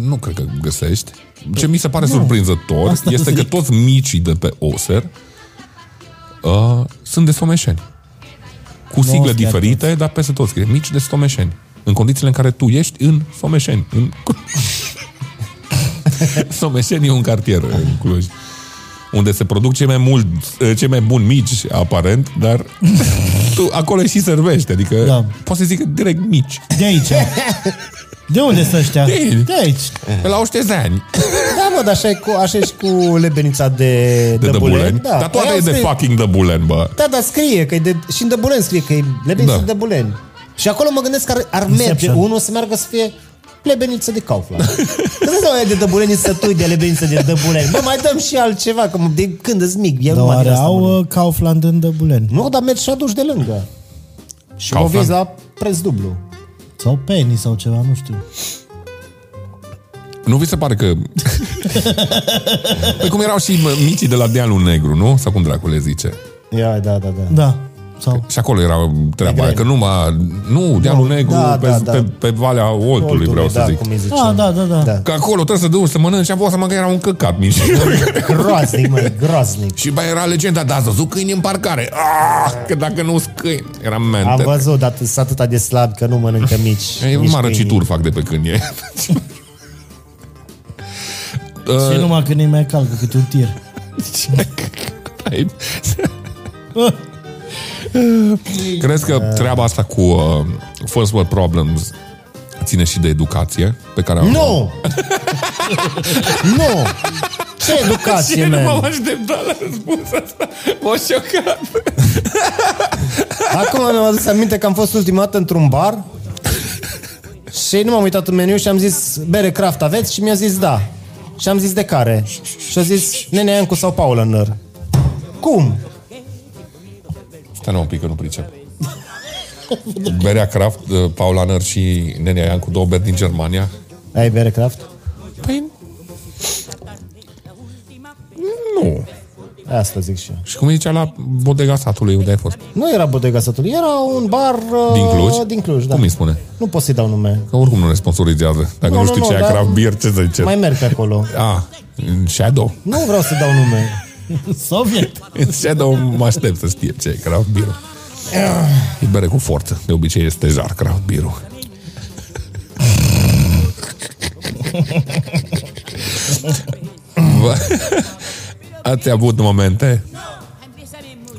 nu cred că găsești. Ce mi se pare surprinzător Păi, Asta este zic. că toți micii de pe oser uh, sunt de someșeni. Cu sigle chiar diferite, dar peste tot scrie mici de someșeni. În condițiile în care tu ești în someșeni. În... someșeni e un cartier în Cluj. Unde se produc cei mai, mult, eh, cei mai buni mici, aparent, dar tu acolo și servește. Adică Da. da. poți să zic direct mici. De aici. De unde sunt ăștia? aici. De aici. Pe la oștezani. Da, mă, dar așa e cu, așa e și cu lebenița de, De Dăbulen. Da. Dar toate Aia e de scrie- fucking Dăbulen, bă. Da, dar scrie că e de, și în Dăbulen scrie că e lebeniță Da. da. de Dăbulen. Și acolo mă gândesc că ar, ar merge, unul să meargă să fie lebeniță de Kaufland. Că nu e de Dăbulen, e sătui de lebeniță de Dăbulen. Bă, mai dăm și altceva, că mă- de când îți mic, eu Dar numai oare din asta mănânc. au uh, Kaufland în Dăbulen? Nu, dar mergi și aduci de lângă. Și mă Kaufland. vezi la preț dublu. Sau Penny sau ceva, nu știu. Nu vi se pare că... păi cum erau și mă, micii de la Dealul Negru, nu? Sau cum dracu le zice. Ia, da, da, da. Da. Sau... Și acolo era treaba aia, că numai... Nu, Dealul Negru da, pe, da, da. Pe, pe Valea Oltului, Oltului vreau să da, zic. Cum îi Ah, ziceam. da, da, da. da. Da. Că acolo trebuie să duci să mănânci, am fost să mă că era un căcat mici. Groaznic, mă, groaznic. și bă, era legenda, da, ați văzut câini în parcare. Ah, că dacă nu sunt câini, era Am mente. văzut, dar sunt atâta de slab că nu mănâncă mici. E un mici mare câini. răcituri fac de pe câini. e. Și numai când îi mai calcă câte un tir. Crezi că treaba asta cu uh, first world problems ține și de educație pe care am... Nu! nu! Ce educație, Ce nu m-am man? așteptat la răspuns asta? M-a șocat. Acum mi-am adus aminte că am fost ultima dată într-un bar și nu m-am uitat în meniu și am zis bere craft aveți? Și mi-a zis da. Și am zis de care? Și a zis Nene Iancu sau Paula Năr. Cum? Stai nu, un pic că nu pricep. Berea Kraft, uh, Paula Năr și Nenea Iancu, două beri din Germania. Ai bere craft? Păi Asta zic și eu. Și cum zicea la bodega satului unde ai fost? Nu era bodega satului, era un bar... uh, Din Cluj? Din Cluj, da. Cum îi spune? Nu pot să-i dau nume. Că oricum nu ne sponsorizează. Dacă Nu, nu, nu, știu nu, ce e dar- craft beer, ce zice? Mai merg pe acolo. A, în Shadow. Nu vreau să dau nume. Soviet. În Shadow mă aștept să știe ce e craft beer. E bere cu forță. De obicei este jar craft beer-ul. Vă- Ați avut momente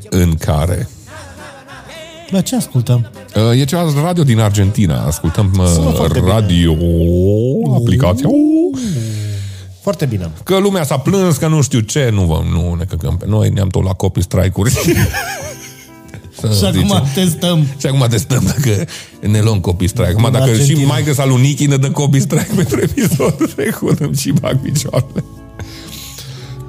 în care La ce ascultăm? Uh, E ceva radio din Argentina. Ascultăm Sună uh, foarte bine. radio, aplicația. Uh, Foarte bine. Că lumea s-a plâns, că nu știu ce. Nu, vă, nu ne căcăm pe noi. Ne-am tot la copii strike-uri. Să Și acum zicem. testăm. și acum testăm dacă ne luăm copii strike. Acum, dacă Argentina. și maică sa lui Nichi ne dă copii strike pentru episodul trecut, îmi și bag picioarele.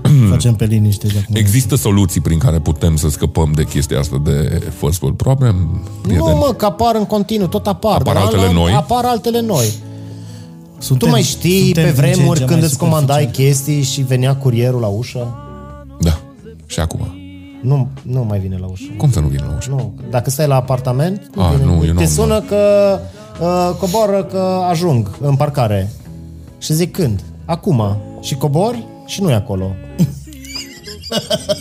Hmm. Facem pe liniște de acum. Există soluții prin care putem să scăpăm de chestia asta de first world problem? Nu, prieteni? mă, că apar în continuu, tot apar. Apar Dar altele la- noi. Apar altele noi. Tu Suntem- mai știi suntem pe din ce în vremuri ce când mai îți comandai superficiali. chestii și venea curierul la ușă? Da. Și acum. Nu, nu mai vine la ușă. Cum să nu vină la ușă? Nu, dacă stai la apartament, A, vine. Ah, nu, eu te n-am- sună că uh, coboră că ajung în parcare. Și zic când? Acum. Și cobori și nu e acolo.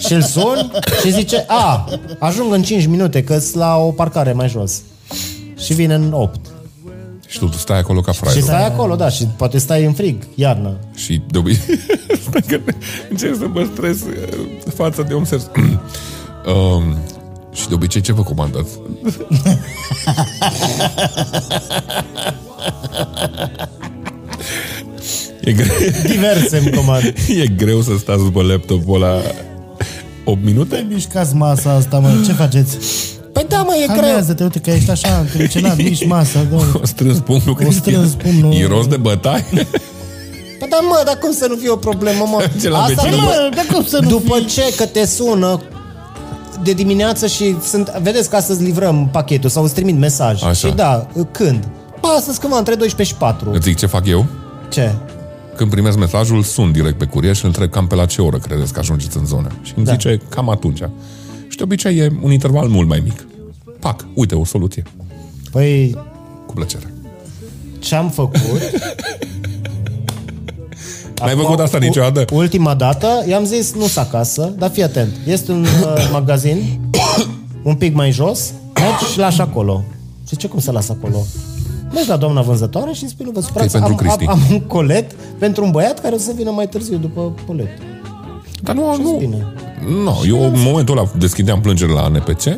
și îl sun și zice, a, ajung în 5 minute că la o parcare mai jos. Și vine în 8. Și tu stai acolo ca Și fraierul. stai acolo, da, și poate stai în frig, iarnă. Și de obicei, stai că încerc să mă stres uh, fața de om sers. um, și de obicei ce vă comandați? e, gre- Diverse îmi comand. e greu să stați după laptopul ăla 8 minute? Mișcați masa asta, mă, ce faceți? Păi da, mă, e greu. Calmează-te, uite că ești așa încrâncenat, miști masa, domnule. O strâns pumnul, Cristian. strâns pumnul. E rost de bătaie? Păi da, mă, dar cum să nu fie o problemă, mă? Ce la Asta vecinul, după, Mă, dar cum să nu După fii? ce că te sună de dimineață și sunt, vedeți că astăzi livrăm pachetul sau îți trimit mesaj. Așa. Și da, când? Pa, astăzi cândva, între 12 și 4. Îți zic ce fac eu? Ce? Când primesc mesajul, sun direct pe curier și îl întreb cam pe la ce oră credeți că ajungeți în zonă. Și îmi Da. da. zice cam atunci. Și de obicei e un interval mult mai mic. Pac, uite, o soluție. Păi, Cu plăcere. ce-am făcut? N-ai făcut asta u- niciodată? Ultima dată, i-am zis, nu s acasă, dar fii atent. Este un uh, magazin, un pic mai jos, mergi și lași acolo. Și ce cum să las acolo? Mergi la doamna vânzătoare și îi spui, nu vă supărați, pentru am, am, Cristi." am, un colet pentru un băiat care o să vină mai târziu după colet. Dar nu, nu. bine. Nu, eu în momentul ăla deschideam plângere la ANPC.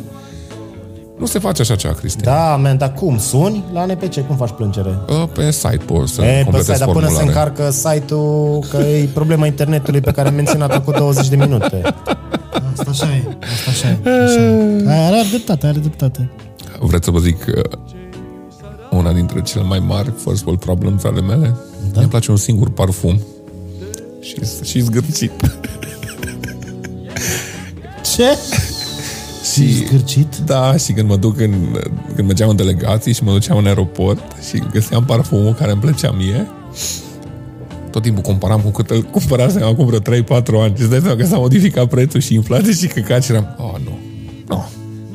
Nu se face așa ceva, Cristi. Da, man, dar cum? Suni la NPC? Cum faci plângere? Da. Pe site poți să E, pe completezi site, dar până se formulare. încarcă site-ul, că e problema internetului pe care am menționat-o cu 20 de minute. Asta așa e, asta așa e. Așa e. Aia Are dreptate, are dreptate. Vreți să vă zic uh, una dintre cele mai mari first world problems ale mele? Da. Mi place un singur parfum și, și zgârcit. Ce? Și- Și scârcit? Da, și când mă duc în, când mergeam în delegații și mă duceam în aeroport și găseam parfumul care îmi plăcea mie, tot timpul comparam cu cât îl cumpărasem acum vreo 3-4 ani. Și îți dai seama că s-a modificat prețul și inflație și căcat și eram, oh, nu, nu,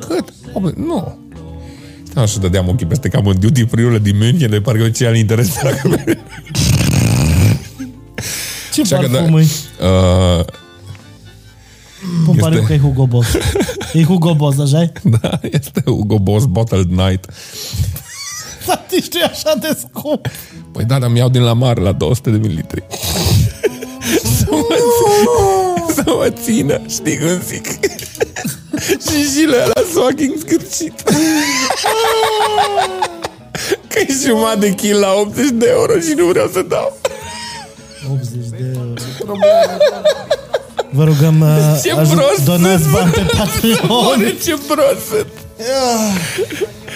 cât? Oh, nu. Stau și dădeam ochii peste cap în duty free din München, de parcă ce al interes dacă Ce Așa că da. parfum e? uh, Pun pariu este- că e Hugo Boss. E Hugo Boss, așa e? da, este Hugo Boss Bottled Night. Frate, Da, știi așa de scump. Păi da, dar mi-au din la mare la 200 de mililitri. să, mă, țină- să mă țină, știi cum zic? și și la ăla fucking scârcit. că e jumătate de kil la 80 de euro și nu vreau să dau. 80 de euro. Vă rugăm, Ce uh, prost ajut, donați sunt, bani pe Patreon. Oare ce prost sunt.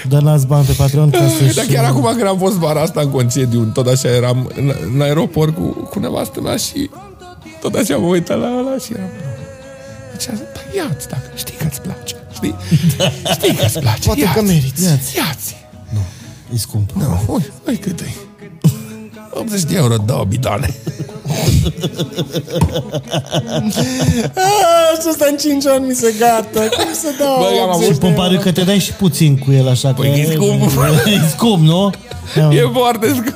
Donați bani pe Patreon ca să Dar Da, chiar acum când am fost vara asta în concediu, tot așa eram în, în aeroport cu, cu nevastă mea și tot așa mă uitam la ăla și eram... Deci, păi ia-ți dacă știi că-ți place, știi? Știi că-ți place, Poate ia-ți, că meriți. Ia-ți, ia-ți. E scump. Nu, ui, ui cât e. 80 de euro, două bidane. Ah, și ăsta în 5 ani mi se gata. Cum să dau Băi, am 80 avut de Păi îmi pare euro? că te dai și puțin cu el așa. Păi că e scump. E scump, nu? E foarte scump.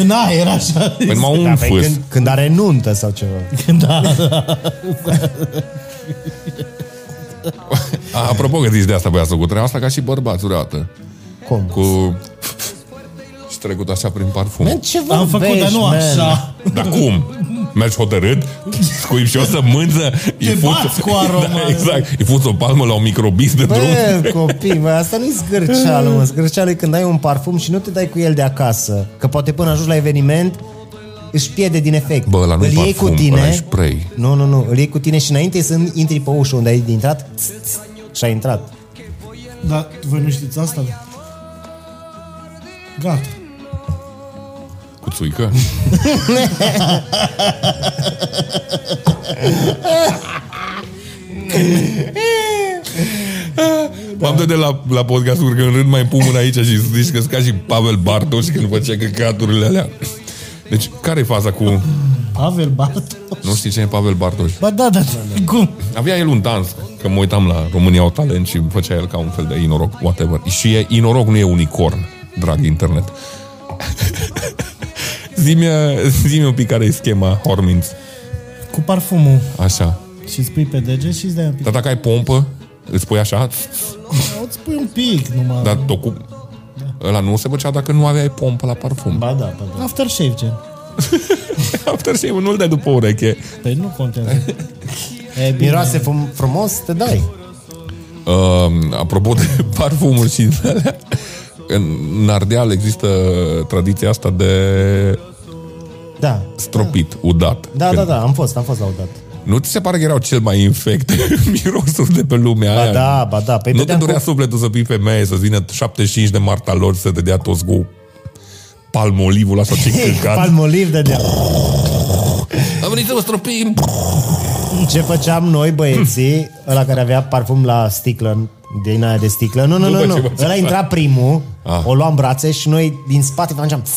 În aer, așa. Da, Păi m-au Da, păi, umfâs. când, când are nuntă sau ceva. Da, da. A, Apropo că zici de asta, băiatul, cu treaba asta ca și bărbați vreodată. Cum? Cu... și trecut așa prin parfum. ce Am făcut, dar nu așa. Dar cum? Mergi hotărât? Scuip și o sămânță? Te bați cu aromă. Da, exact. Îi pus o palmă la un microbist de drum. Bă, copii, bă, asta nu-i zgârceală, mă. Zgârceală e când ai un parfum și nu te dai cu el de acasă. Că poate până ajungi la eveniment, își pierde din efect. Bă, ăla nu-i îl iei parfum, cu ăla e tine. spray. Nu, nu, nu. Îl iei cu tine și înainte să intri pe ușă unde ai intrat, ț, ț, și ai intrat. Dar voi nu știți asta? Gata. Cu țuică? M-am dat de la, la podcast că în rând mai pun mâna aici și zici că ca și Pavel Bartos când făcea căcaturile alea. Deci, care e faza cu... Pavel Bartos. Nu știi cine e Pavel Bartos? Ba da, da, cum? Avea el un dans, că mă uitam la România au talent și făcea el ca un fel de inoroc, whatever. Și e, inoroc nu e unicorn, drag internet. zi-mi, zi-mi un pic care e schema Hormins. Cu parfumul. Așa. Și îți pui pe dege și îți dai un pic. Dar dacă ai pompă, îți pui așa, Da, Îți pui un pic numai. dar tot cu... Ăla nu se făcea dacă nu aveai pompă la parfum. Ba da, ba da. Aftershave, gen. Aftershave nu-l dai după ureche. Păi nu contează. E bine. Miroase frum- frumos, te dai. Uh, apropo de parfumuri și de alea, în Ardeal există tradiția asta de Da. stropit, udat. Da, Când da, da, am fost, am fost la udat. Nu ți se pare că erau cel mai infect mirosuri de pe lumea Ba aia? da, ba da. Păi Nu te dădeam durea cu- sufletul să fii femeie, să vină 75 de martalori să te dea toți cu palmolivul ăsta ce căcat. Palmoliv de dea. Am venit să vă stropim. Ce făceam noi băieții, ăla care avea parfum la sticlă, din aia de sticlă, nu, nu, După nu, ce nu. făceam Ăla intra primul, Ah. o luam brațe și noi din spate făceam "Ss",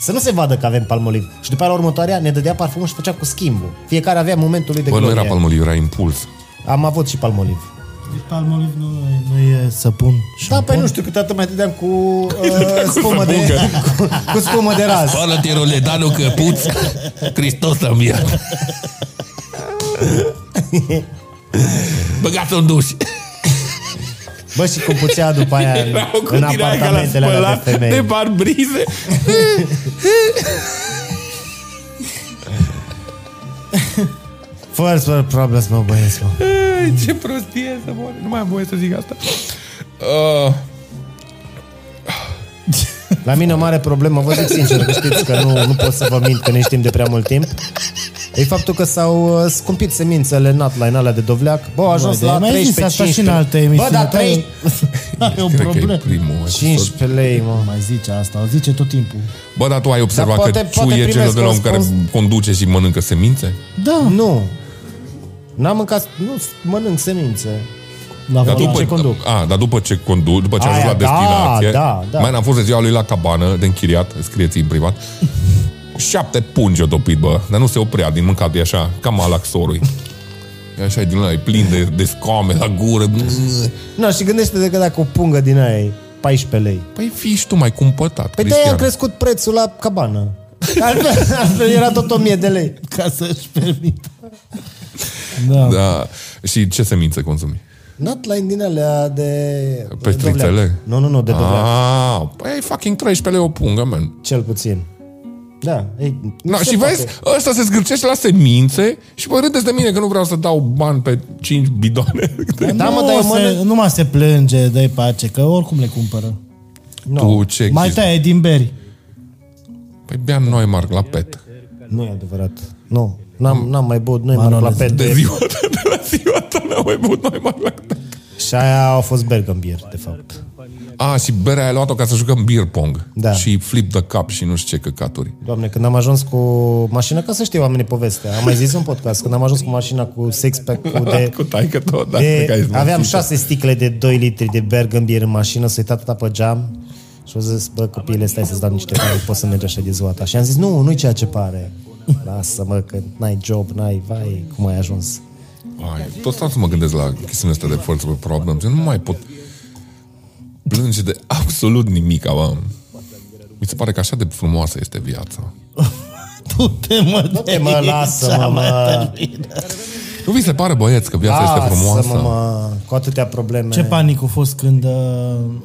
să nu se vadă că avem palmoliv. Și după aia la următoarea ne dădea parfumul și făcea cu schimbul. Fiecare avea momentul lui de Bă, nu glorie. era palmoliv, era impuls. Am avut și palmoliv. Palmoliv nu, nu e săpun. Da, păi nu știu câteodată mai dădeam cu uh, spumă de săpuncă. cu, cu spumă de ras. Spală-te, roledanu, că puți. Hristos să-mi ia. Băgați un duș. Bă, și cum puțea după aia în, Era o în cutie aia care l-a apartamentele alea spălat de femei. de parbrize. First world problems, mă băieți, mă. Ei, Ce prostie să mor. Nu mai am voie să zic asta. Uh, La mine o mare problemă, vă zic sincer, că știți că nu, nu pot să vă mint că ne știm de prea mult timp. E faptul că s-au uh, scumpit semințele în outline alea de dovleac. Bă, au ajuns Bă, la dar mai 13, zis 15. asta și în alte emisiuni. Bă, da, dar Tare. 3, e o cred că e problemă. primul. 15 lei, mă. Nu mai zice asta, o zice tot timpul. Bă, dar tu ai observat Dar poate- că poate Ciu e primesc genul de la om care răspuns. conduce și mănâncă semințe? Da, Nu. N-am mâncat, nu mănânc semințe. la Dar volan. Da, după, ce da. conduc. A, dar după ce conduc, după ce Aia, ajungi la da, destinație, da, da. mai am fost de ziua lui la cabană, de închiriat, scrieți în privat, șapte pungi o topit, bă, dar nu se oprea din mâncatul, e așa, ca malaxorul. E așa, e din ăla, e plin de, de scame la gură. Nu, și gândește-te că dacă o pungă din aia e 14 lei. Păi fii și tu mai cumpătat, Păi de-aia a Cristian. crescut prețul la cabană. Altfel, altfel era tot 1000 de lei. Ca să-și permită. Da. da. Da. Și ce semințe consumi? Nutline din alea de... Pestrițele? dovleac. Nu, nu, nu, de dovleac. Păi Ah, păi e fucking 13 lei o pungă, man. Cel puțin. Da. Ei, Na, se și poate. vezi, ăsta se zgârcește la semințe și mă râdeți de mine că nu vreau să dau bani pe 5 bidoane. Da, mă, nu, dar eu se, mănânc- nu mai se plânge, dai pace, că oricum le cumpără. Nu, Tu ce Mai chestii? taie din beri. Păi beam noi marc la pet. nu e adevărat. Nu. N-am, n-am mai băut, nu mai la Manolez. pet. De De... ziua de, de la ziua ta n-am mai băut noi marc la pet. Și aia a fost Bergambier, de fapt. A, și berea ai luat-o ca să jucăm beer pong. Da. Și flip the cup și nu știu ce căcaturi. Doamne, când am ajuns cu mașina, ca să știe oamenii povestea, am mai zis un podcast, când am ajuns cu mașina cu six-pack-ul de... Cu taică tot, da, cred că ai de zis, mă, aveam știi, șase sticle de 2 litri de Bergambier în mașină, s-a uitat tata pe geam și a zis, bă, copile, stai să-ți dau niște bani, poți să mergi așa de zoata. Și am zis, nu, nu-i ceea ce pare. Lasă-mă că n-ai job, n-ai, vai, cum ai ajuns. Ai, tot stau să mă gândesc la chestiunea asta de forță pe problems. Eu nu mai pot plânge de absolut nimic. Bă. Mi se pare că așa de frumoasă este viața. Tu te mă, Te mă, lasă-mă, mă, Nu vi se pare, băieți, că viața este frumoasă? lasă-mă, mă, cu atâtea probleme. Ce panic a fost când uh,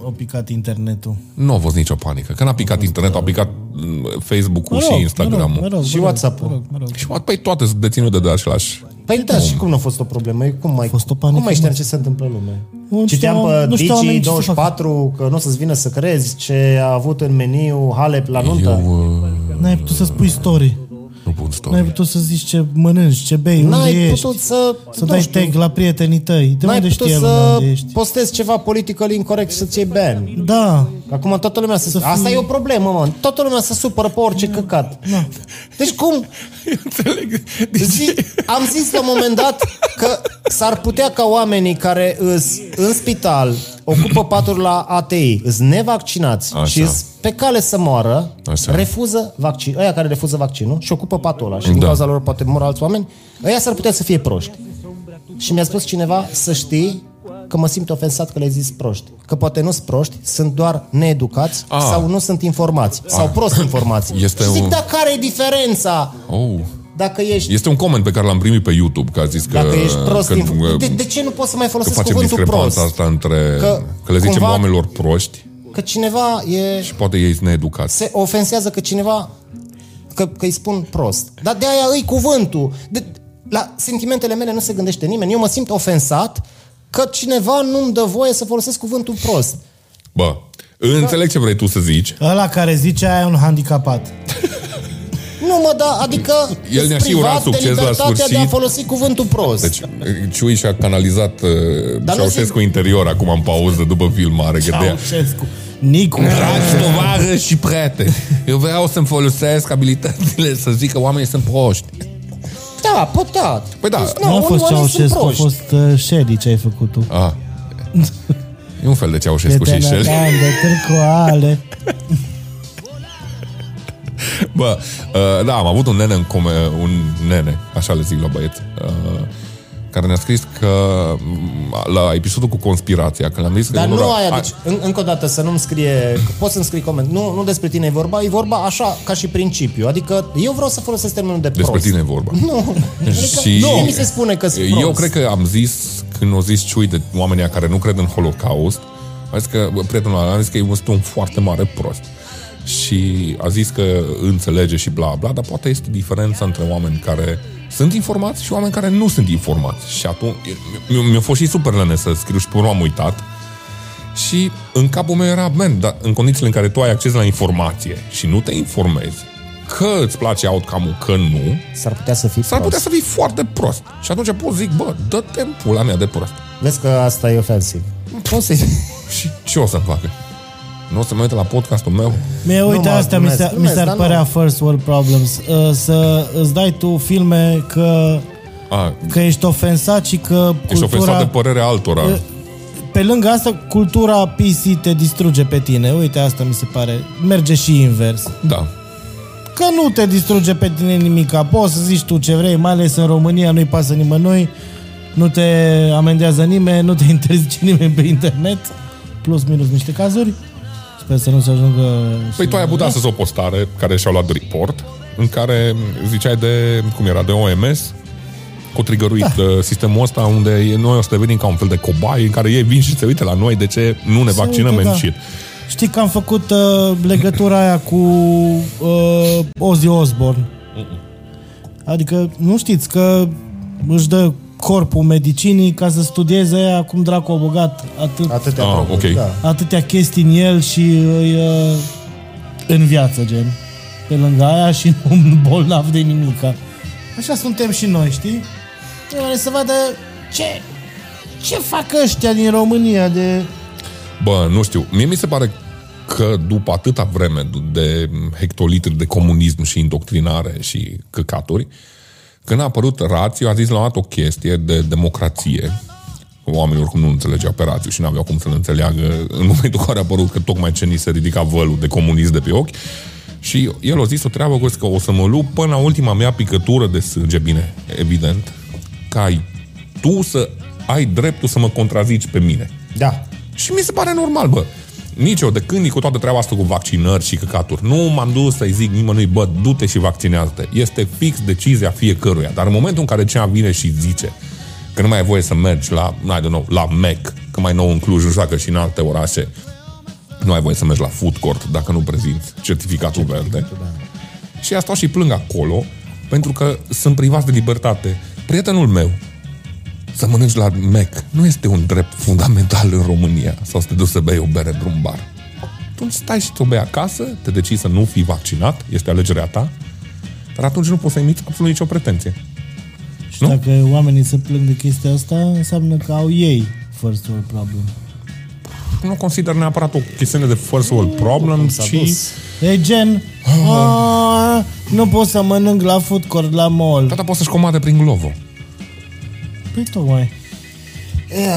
a picat internetul? Nu a fost nicio panică. Când a picat internetul, a picat m, Facebook-ul Mă și rog, Instagram-ul. mă rog, Și mă rog, WhatsApp-ul. mă rog, mă rog. Și păi toate sunt deținute de același. Păi da, și cum nu a fost o problemă? Eu Cum mai, fost o panică, cum mai știam mă. ce se întâmplă în lume? Nu Citeam știau- pe nu știau oamenii ce să Digi24 că nu o să-ți vină să crezi ce a avut în meniu Halep la nuntă. Eu uh, N-ai putut să spui story. nu pun N-ai story. putut să zici ce mănânci, ce bei, unde N-ai ești. putut să... Să nu dai știu, tag la prietenii tăi. De N-ai unde putut știe lumea să unde ești? postezi ceva politică incorrect și să-ți iei ban. Da. Acum toată lumea se... Asta e o problemă, mă. Toată lumea se supără pe orice căcat. Deci cum? Da. Înțeleg. Deci, Zi, am zis la un moment dat că s-ar putea ca oamenii care îs în spital, ocupă paturi la ATI, îs nevaccinați Așa. Așa. și îs pe cale să moară, Așa. Așa. refuză vaccin, ăia care refuză vaccinul și ocupă patul ăla și din Da. cauza lor poate mor alți oameni, ăia s-ar putea să fie proști. Și mi-a spus cineva să știi că mă simt ofensat că le-ai zis proști. Că poate nu sunt proști, sunt doar needucați Ah. A. sau nu sunt informați. A. Sau prost informați. Este și zic, un- dar care e diferența? oh. Dacă ești Este un comment pe care l-am primit pe YouTube, că a zis că... dacă ești prost, că, că, de, de ce nu poți să mai uh, că folosesc facem cuvântul discrepanța prost? asta între... Că, Că că le zicem cumva- oamenilor proști Că cineva e, și poate ei sunt needucați. se ofensează că cineva că, că îi spun prost. Dar de aia îi cuvântul. De, la sentimentele mele nu se gândește nimeni. Eu mă simt ofensat că cineva nu-mi dă voie să folosesc cuvântul prost. Bă, înțeleg Da. ce vrei tu să zici. Ăla care zice aia e un handicapat. Nu mă da, adică El îți ne-a și urat privat de succes la libertatea de a sfârșit. folosi cuvântul prost. Deci, Ciui și-a canalizat uh, Dar nu Ceaușescu interior acum în pauză după filmare. Că de Ceaușescu. Nicu. Dragi tovară și prieteni, eu vreau să-mi folosesc abilitățile să zic că oamenii sunt proști. Da, pot da. Păi da. Deci, Nu a unii fost oameni sunt Ceaușescu, a proști. fost uh, Shelly ce ai făcut tu. Ah. E un fel de Ceaușescu și Prietena Shell. ta de târcoale. Bă, uh, da, am avut un nene în come, un nene, așa le zic la băieți, uh, care ne-a scris că m, la episodul cu conspirația, că le-am zis că... Dar unora- nu aia, a- deci, în, încă o dată, să nu-mi scrie, că poți să-mi scrii coment. Nu, nu despre tine e vorba, e vorba așa, ca și principiu. Adică eu vreau să folosesc termenul de Despre prost. tine e vorba. Nu, adică Și- și... Nu. nu. mi se spune că sunt Eu prost. cred că am zis, când o zis ciui de oamenii care nu cred în Holocaust, a zis că, bă, prietenul ăla, a zis că este un foarte mare prost. Și a zis că înțelege și bla bla, dar poate este diferența între oameni care sunt informați și oameni care nu sunt informați. Și atunci, mi- mi- mi-a fost și super lene să scriu și pe urmă am uitat. Și în capul meu era, man, dar în condițiile în care tu ai acces la informație și nu te informezi că îți place outcome-ul, că nu, S-ar putea să fii S-ar prost. putea să fii foarte prost. Și atunci pot zic, bă, dă-te în pula mea de prost. Vezi că asta e ofensiv. Cum să Și ce o să-mi facă? Nu o să mă uit la podcastul meu? Mie, uite, mă astea mi, glumesc, se, mi glumesc, s-ar dar nu. părea first world problems. Uh, Să îți dai tu filme că, A, că ești ofensat și că ești ofensat de cultura... părerea altora. Pe lângă asta, cultura PC te distruge pe tine. Uite, asta mi se pare. Merge și invers. Da. Că nu te distruge pe tine nimica. Poți să zici tu ce vrei, mai ales în România, nu-i pasă nimănui, nu te amendează nimeni, nu te interzice nimeni pe internet, plus minus niște cazuri. Sper să nu se ajungă... Păi tu ai avut astăzi o postare care și-au luat report, în care ziceai de, cum era, de OMS, cu trigăruit da. sistemul ăsta unde noi o să devenim ca un fel de cobai în care ei vin și se uită la noi de ce nu ne vaccinăm uită, în da. shit. Știi că am făcut uh, legătura aia cu uh, Ozzy Osbourne. Adică, nu știți că își dă corpul medicinii ca să studieze aia cum dracu a băgat atât, Atâtea Ah, probleme, ok. da. atâtea chestii în el și îi, uh, în viață, gen. Pe lângă aia și nu bolnav de nimica. Așa suntem și noi, știi? Trebuie să vadă ce, ce fac ăștia din România de... Bă, nu știu. Mie mi se pare că după atâta vreme de hectolitri de comunism și indoctrinare și căcaturi, când a apărut Rațiu, a zis la un moment dat o chestie de democrație. Oamenii oricum nu înțelegeau pe Rațiu și n-aveau cum să-l înțeleagă în momentul în care a apărut că tocmai ce ni se ridica vălul de comunism de pe ochi, Și el a zis o treabă cu că o să mă lupt până la ultima mea picătură de sânge, bine, evident, ca ai tu să ai dreptul să mă contrazici pe mine. Da. Și mi se pare normal, bă. Nici eu, de când e cu toată treaba asta cu vaccinări și căcaturi, nu m-am dus să-i zic nimănui, bă, du-te și vaccinează-te. Este fix decizia fiecăruia. Dar în momentul în care cineva vine și zice că nu mai ai voie să mergi la, I don't know, la Mac, că mai nou în Cluj, nu știu dacă și în alte orașe, nu ai voie să mergi la food court dacă nu prezinți certificatul verde. Și asta și plâng acolo, pentru că sunt privați de libertate. Prietenul meu, să mănânci la Mac nu este un drept fundamental în România sau să te duci să bei o bere într-un bar. Tu stai și te bei acasă, te decizi să nu fii vaccinat, este alegerea ta, dar atunci nu poți să emiți absolut nicio pretenție. Și dacă oamenii se plâng de chestia asta, înseamnă că au ei first world problem. Nu consider neapărat o chestiune de first world Mm, problem, ci... E gen, Ah. "A, nu pot să mănânc la food court, la mall. Tata poate să-și comande prin Glovo. Păi tocmai.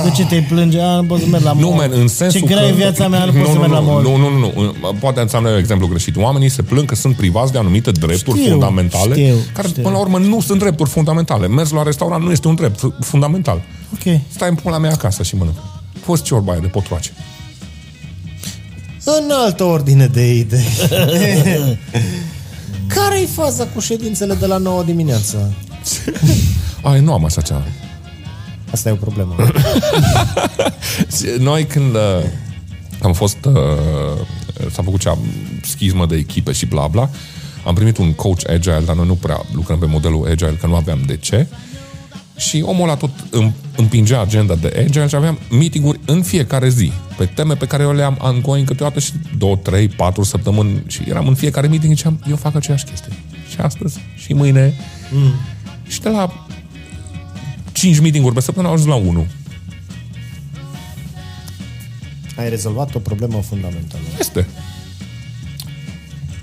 De ce te plânge? A, nu pot să merg la mall. Ah. Nu, man, în sensul Ce grea că... e viața mea, nu, pot să merg la mall. Nu, nu, nu, nu. Poate înseamnă un exemplu greșit. Oamenii se plâng că sunt privați de anumite drepturi Știu, fundamentale, știu, care știu. până la urmă nu sunt drepturi fundamentale. Mers la restaurant nu este un drept fundamental. Ok. Stai în pula mea acasă și mănânc. Fost ciorba aia de potroace. În altă ordine de idei. Care-i faza cu ședințele de la 9 dimineața? Ai, nu am așa ceva. Asta e o problemă. Noi când uh, am fost, uh, s-a făcut cea schismă de echipe și bla bla, am primit un coach agile, dar noi nu prea lucrăm pe modelul agile, că nu aveam de ce. Și omul ăla tot îm- împingea agenda de agile și aveam meeting-uri în fiecare zi, pe teme pe care eu le-am ongoing câteodată și 2, 3, 4 săptămâni și eram în fiecare meeting și ziceam, eu fac aceeași chestie. Și astăzi, și mâine. Mm. Și de la 5 meeting-uri pe săptămână am ajuns la 1. Ai rezolvat o problemă fundamentală. Este.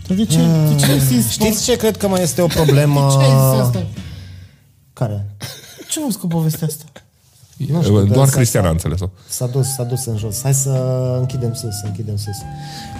Dar de ce, de ce există? Știți ce cred că mai este o problemă? De ce există asta? Care? Ce nu cu povestea asta? Nu știu, Doar dar s-a- Cristian a înțeles S-a dus, s-a dus în jos. Hai să închidem sus, să închidem sus.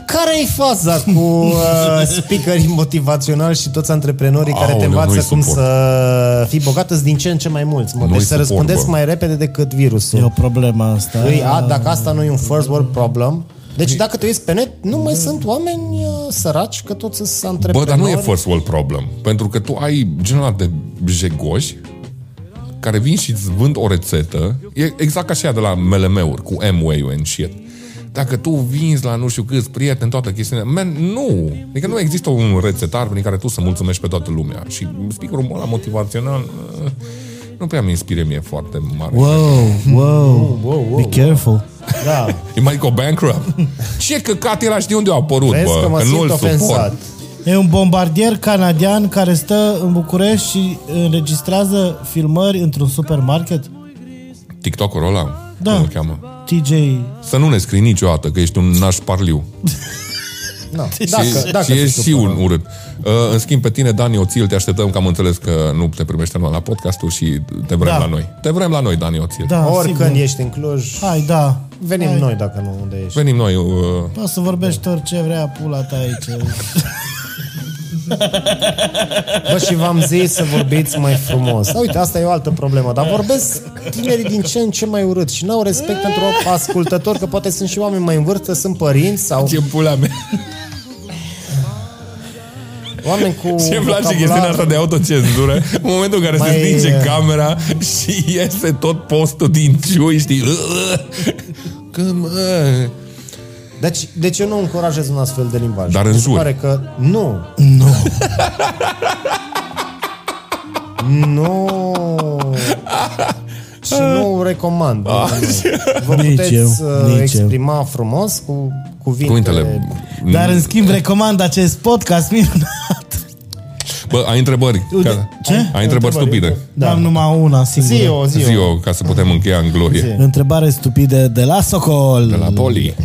Care-i faza cu uh, speakerii motivaționali și toți antreprenorii care te Aoleu, învață nu-i cum suport. să fii bogat? Sunt din ce în ce mai mulți. Mă. Nu-i Deci să suport, răspundeți bă. mai repede decât E virusul. o problemă asta. Îi, a, dacă asta nu e un first world problem, deci dacă te uiți pe net, nu mai sunt oameni uh, săraci, că toți sunt Bă, antreprenori. dar nu e first world problem. Pentru că tu ai genul ăla de jegoși care vin și îți vând o rețetă. E exact ca și aia de la MLM-uri cu M-Way and shit. Dacă tu vinzi la nu știu câți prieteni, toată chestiunea, man, nu. Adică nu există un rețetar prin care tu să mulțumești pe toată lumea. Și speakerul ăla motivațional eh, nu prea mi inspire mie foarte mare. What? Wow, wow, wow, wow. be careful. Da. E Michael Bankrupt. Ce căcat era știu unde a apărut, Vezi bă, că mă că simt nu-l ofensat. suport. E un bombardier canadian care stă în București și înregistrează filmări într-un supermarket? TikTok-ul ăla? Da. Cum îl cheamă? TJ, Să nu ne scrii niciodată că ești un naș parliu. Da. și, Dacă, dacă și ești sunt și supărat. un urât. Uh, în schimb, pe tine, Dani Oțil, te așteptăm că am înțeles că nu te primești anual la podcastul și te vrem Da. la noi. Te vrem la noi, Dani Oțil. da, Oricând sigur. ești în Cluj, Hai, da. venim Hai. noi dacă nu unde ești. Venim noi. Uh, Poți să vorbești orice vrea pula ta aici. Bă, și v-am zis să vorbiți mai frumos. Da, uite, asta e o altă problemă, dar vorbesc tinerii din ce în ce mai urât și n-au respect pentru ascultători, că poate sunt și oameni mai în vârstă, sunt părinți sau ce pula mea. oameni cu Ce îmi place chestiunea asta vocabular. de autocenzură. În momentul în care Mai, se stinge uh, camera și iese tot postul din ciui, știi? Când, mă, Deci, deci eu nu încurajez un astfel de limbaj. Dar Mi se înjuri. Pare că nu. Nu. nu. Și nu recomand. Vă Nici puteți eu, uh, nici eu. exprima frumos cu cuvinte. Cuvintele. mm, Dar în schimb recomand acest podcast minunat. Bă, ai întrebări. Ca- ce? Ai întrebări stupide. Da. Am numai una singură. Zi o, zi Zi o. eu, ca să putem încheia în glorie. Întrebare stupidă de la Socol. De la Poli.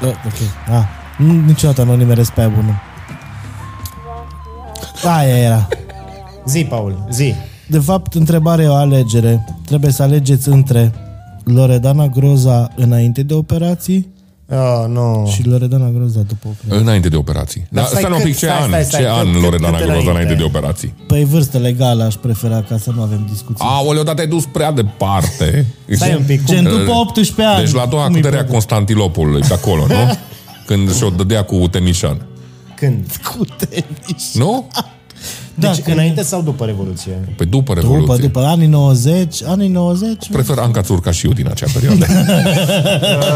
Da, ok. Ah, nu- niciodată nu nimeresc pe aia bună. Aia era. Zi, Paul, zi. De fapt, întrebarea e o alegere. Trebuie să alegeți între Loredana Groza înainte de operații Ah, nu. Și Loredana Groza după o cred. Înainte de operații. Dar stai, stai un cât- pic, ce stai, an? stai, stai, Ce cât- an cât Loredana înainte? Groza înainte de operații? Pe Păi, vârstă legală aș prefera ca să nu avem discuții. Aoleu, dar te-ai dus prea departe. Stai un pic. Gen Cum? după 18 ani. Deci la a doua cum îi puterea pune? Constantinopolului, de acolo, nu? Când și-o dădea cu Temișan. Când? Cu tenis. Nu? Da, Deci că- înainte sau după Revoluție? Păi după Revoluție. După, după anii 90, anii 90, Prefer Anca Țurca și eu din acea perioadă.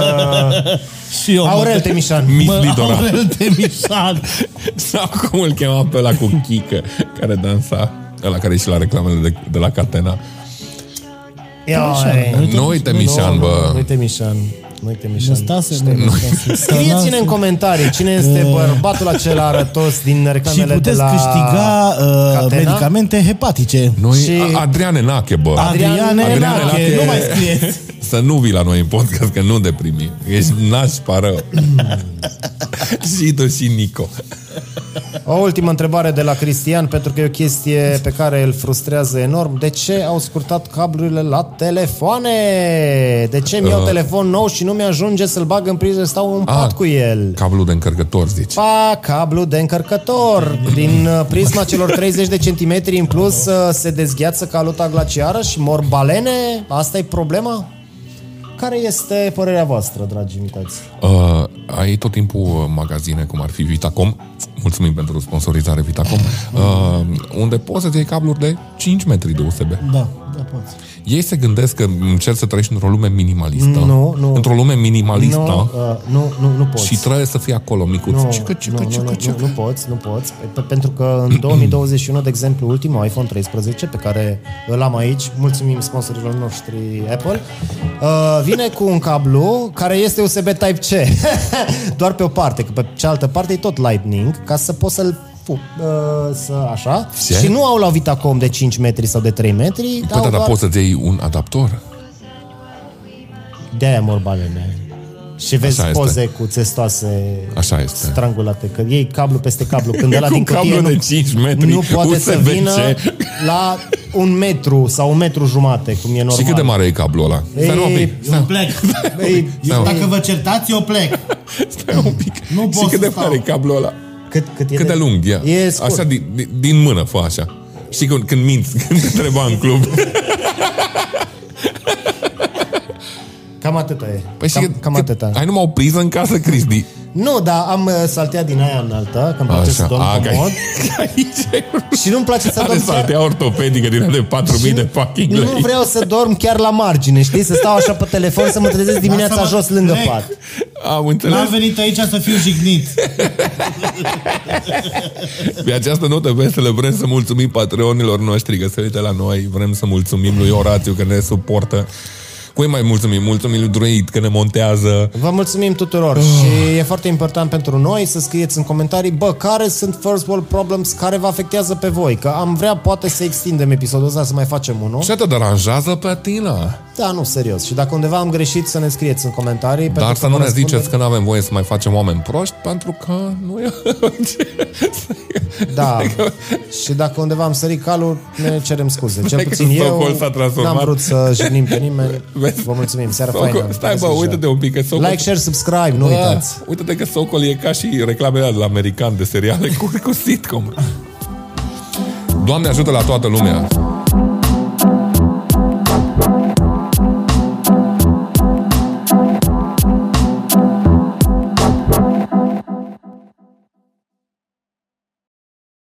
și eu. mă- Aurel Temișan. Miss Mă, Lidora. Aurel Temișan. Sau cum îl chema pe ăla cu chică, care dansa, ăla care e și la reclamele de, de la Catena. Ia, ai. Noi Temișan, Nu, nu, bă. Nu uite Mișan. Nu uite Mișan. Năstase, mă, Năstase. Scrieți-ne în comentarii cine este bărbatul acela arătos din Eh. Și reclamele de puteți la câștiga uh, Catena? medicamente hepatice. Noi, Și- și... Adrian Enache, bă. Adrian Adrian Enache, Enache. nu mai scrieți. Să nu vii la noi în podcast, că nu te primi. Ești nașpa rău. și tu și Nico. O ultimă întrebare de la Cristian, pentru că e o chestie pe care îl frustrează enorm. De ce au scurtat cablurile la telefoane? De ce mi iau Ah. telefon nou și nu mi-ajunge să-l bag în priză, stau în pat Ah. cu el? Cablul de încărcător, zici. Pa, cablu de încărcător. Din uh, prisma celor 30 de centimetri în plus uh, se dezgheață caluta glaciară și mor balene? Asta e problema? Care este părerea voastră, dragi invitați? Uh, ai tot timpul uh, magazine cum ar fi Vitacom, mulțumim pentru sponsorizare Vitacom, uh, unde poți să-ți iei cabluri de 5 metri de USB. Da, da, poți. Ei se gândesc că încerci să trăiești într-o lume minimalistă. Nu, nu. Într-o lume minimalistă. Nu, Nu. uh, nu, nu, nu poți. Și trebuie să fii acolo, micuț. Nu, Cică, cică, nu, cică, nu, cică. Nu, nu poți, nu poți. Pe- pe- Pentru că în 2021, de exemplu, ultimul iPhone 13, pe care îl am aici, mulțumim sponsorilor noștri Apple, uh, vine cu un cablu care este USB Type-C. Doar pe o parte, că pe cealaltă parte e tot Lightning, ca să poți să-l fu- uh, să, așa. Ce? Și nu au la Vitacom de 5 metri sau de 3 metri. Păi au da, dar doar- poți să-ți iei un adaptor. De-aia mor balene. Și vezi Așa este. poze cu țestoase Așa este. strangulate, că iei cablu peste cablu, când ăla Cu din cutie cablu nu, de 5 metri, nu poate să USB-C. vină la un metru sau un metru jumate, cum e normal. Și cât de mare e cablul ăla? Stai un pic. Eu plec. Ei, Sau- Dacă vă certați, eu plec. Stai un pic. Nu și pot cât să de stau. mare e cablul ăla? cât, cât, e Cât de lung e? E scurt. Așa, din, din- din mână, fă așa. Știi când, când minți, când te întreba în club. Cam atâta e. Păi știi cam, că- cam că atâta. Ai numai o priză în casă, Cristi. Nu, dar am uh, saltea din aia înaltă, că îmi place să Așa. dorm A, că comod. ai- că aici Și nu-mi place să Are dorm chiar saltea ortopedică din alea de 4000 de fucking nu lei. vreau să dorm chiar la margine, știi? Să stau așa pe telefon, să mă trezesc dimineața Lasă-mă, jos lângă plec. pat. Am N-am înțeles. venit aici să fiu jignit. Pe această notă veselă vrem să mulțumim patronilor noștri că se uită la noi. Vrem să mulțumim lui Orațiu că ne suportă. Cui mai mulțumim? Mulțumim lui Druid că ne montează. Vă mulțumim tuturor Oh. și e foarte important pentru noi să scrieți în comentarii, bă, care sunt first world problems care vă afectează pe voi, că am vrea poate să extindem episodul ăsta, să mai facem unul. Ce te deranjează pe tine? Da, nu, serios. Și dacă undeva am greșit, să ne scrieți în comentarii. pentru Dar că să nu vă ne răspundem. ziceți că nu avem voie să mai facem oameni proști, pentru că nu e... Da. Adică- și dacă undeva am sărit calul, ne cerem scuze. Cel Stai că puțin eu Socol Adică s-a transformat. n-am vrut să jignim pe nimeni. Vezi? Vă mulțumim, seara Socol- faină. Stai, bă, Mersi, uite-te un pic, că Socol... Like, share, subscribe, nu uitați. Da, uite-te că Socol e ca și reclamele de la american de seriale cu, cu sitcom. Doamne ajută la toată lumea!